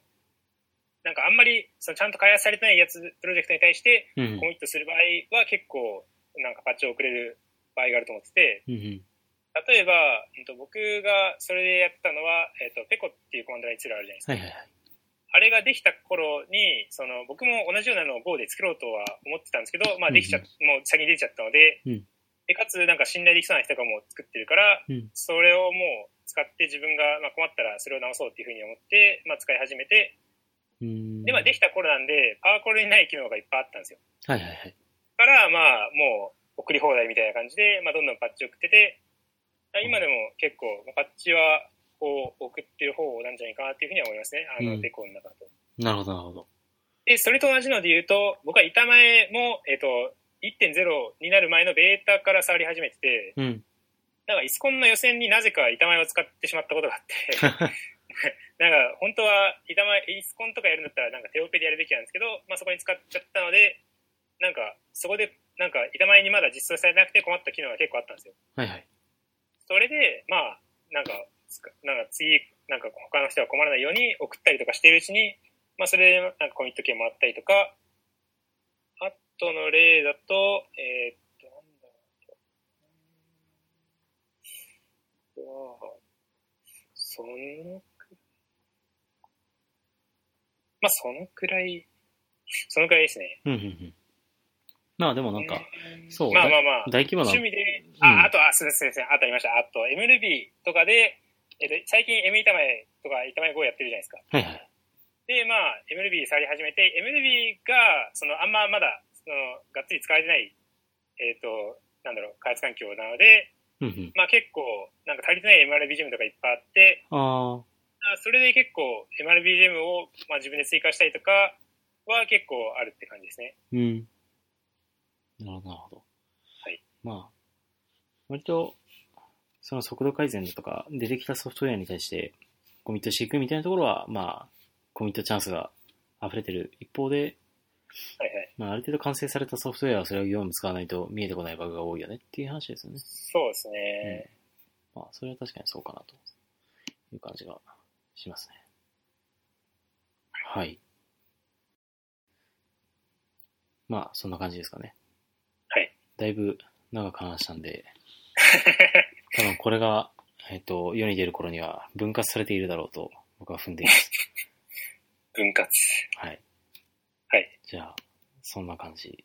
Speaker 2: なんかあんまり、そのちゃんと開発されてないやつ、プロジェクトに対して
Speaker 1: うん
Speaker 2: コミットする場合は結構、なんかパッチを送れる場合があると思ってて、
Speaker 1: うん。うん
Speaker 2: 例えば、うんと、僕がそれでやったのは、えっ、と、ペコっていうコマンドライツールあるじゃないですか。
Speaker 1: はいはいはい。
Speaker 2: あれができた頃に、その、僕も同じようなのを Go で作ろうとは思ってたんですけど、まあ、できちゃ、
Speaker 1: うん
Speaker 2: もう先に出ちゃったので、
Speaker 1: うん
Speaker 2: で、かつ、なんか信頼できそうな人がもう作ってるから、
Speaker 1: うん
Speaker 2: それをもう使って自分が、まあ、困ったらそれを直そうっていうふうに思って、まあ、使い始めて、
Speaker 1: うん。
Speaker 2: で、まあ、できた頃なんで、パワコルにない機能がいっぱいあったんですよ。
Speaker 1: はいはいはい。
Speaker 2: だから、まあ、もう、送り放題みたいな感じで、まあ、どんどんパッチ送ってて、あ今でも結構、まあパッチは、こう、送ってる方なんじゃないかなっていうふうには思いますね。あ
Speaker 1: う
Speaker 2: の、
Speaker 1: ん
Speaker 2: デコの中だと。
Speaker 1: なるほどなるほど。
Speaker 2: で、それと同じので言うと、僕は板前も、えっ、と、1.0になる前のベータから触り始めてて、 (laughs)
Speaker 1: うん。
Speaker 2: なんかイスコンの予選になぜか板前を使ってしまったことがあって、なんか本当は板前、イスコンとかやるんだったらなんか手オペでやるべきなんですけど、まあそこに使っちゃったので、なんかそこで、なんか板前にまだ実装されなくて困った機能が結構あったんですよ。
Speaker 1: はいはい。
Speaker 2: それで、まあ、なんか、つかなんか次、なんか他の人が困らないように送ったりとかしてるうちに、まあそれでなんかコミット権もらったりとか、あとの例だと、えーっと、なんだろうな。うわぁそのく、まあそのくらい、そのくらいですね。
Speaker 1: うんうんうん。まあでもなんか、
Speaker 2: うん
Speaker 1: そう
Speaker 2: まあまあまあ。
Speaker 1: 大規模な
Speaker 2: 趣味で、
Speaker 1: うん
Speaker 2: あ、あと、あ、すみません、すいませんあとありました。あと、MLB とかで、えっと、最近 M 板前とか板前5やってるじゃないですか。
Speaker 1: はいはい。
Speaker 2: で、まあ、MLB 触り始めて、MLB が、その、あんままだ、その、がっつり使われてない、えっ、と、なんだろう、開発環境なので、
Speaker 1: うんうん。
Speaker 2: まあ結構、なんか足りてない MLB ジムとかいっぱいあって、
Speaker 1: ああ、
Speaker 2: あそれで結構 MLB ジムを、まあ、自分で追加したりとかは結構あるって感じですね。
Speaker 1: うん。なるほどなるほど。
Speaker 2: はい。
Speaker 1: まあ、割と、その速度改善だとか、出てきたソフトウェアに対してコミットしていくみたいなところは、まあ、コミットチャンスが溢れてる一方で、
Speaker 2: はいはい。
Speaker 1: まあ、ある程度完成されたソフトウェアはそれを業務使わないと見えてこないバグが多いよねっていう話ですよね。
Speaker 2: そうですね。
Speaker 1: まあ、それは確かにそうかなという感じがしますね。はい。まあ、そんな感じですかね。
Speaker 2: はい。
Speaker 1: だいぶ長く話したんで、
Speaker 2: (laughs)
Speaker 1: 多分これが、えっと、世に出る頃には分割されているだろうと僕は踏んでい
Speaker 2: (laughs)
Speaker 1: ます。
Speaker 2: 分割。
Speaker 1: はい。
Speaker 2: はい。
Speaker 1: じゃあ、そんな感じ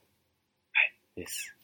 Speaker 2: は
Speaker 1: です。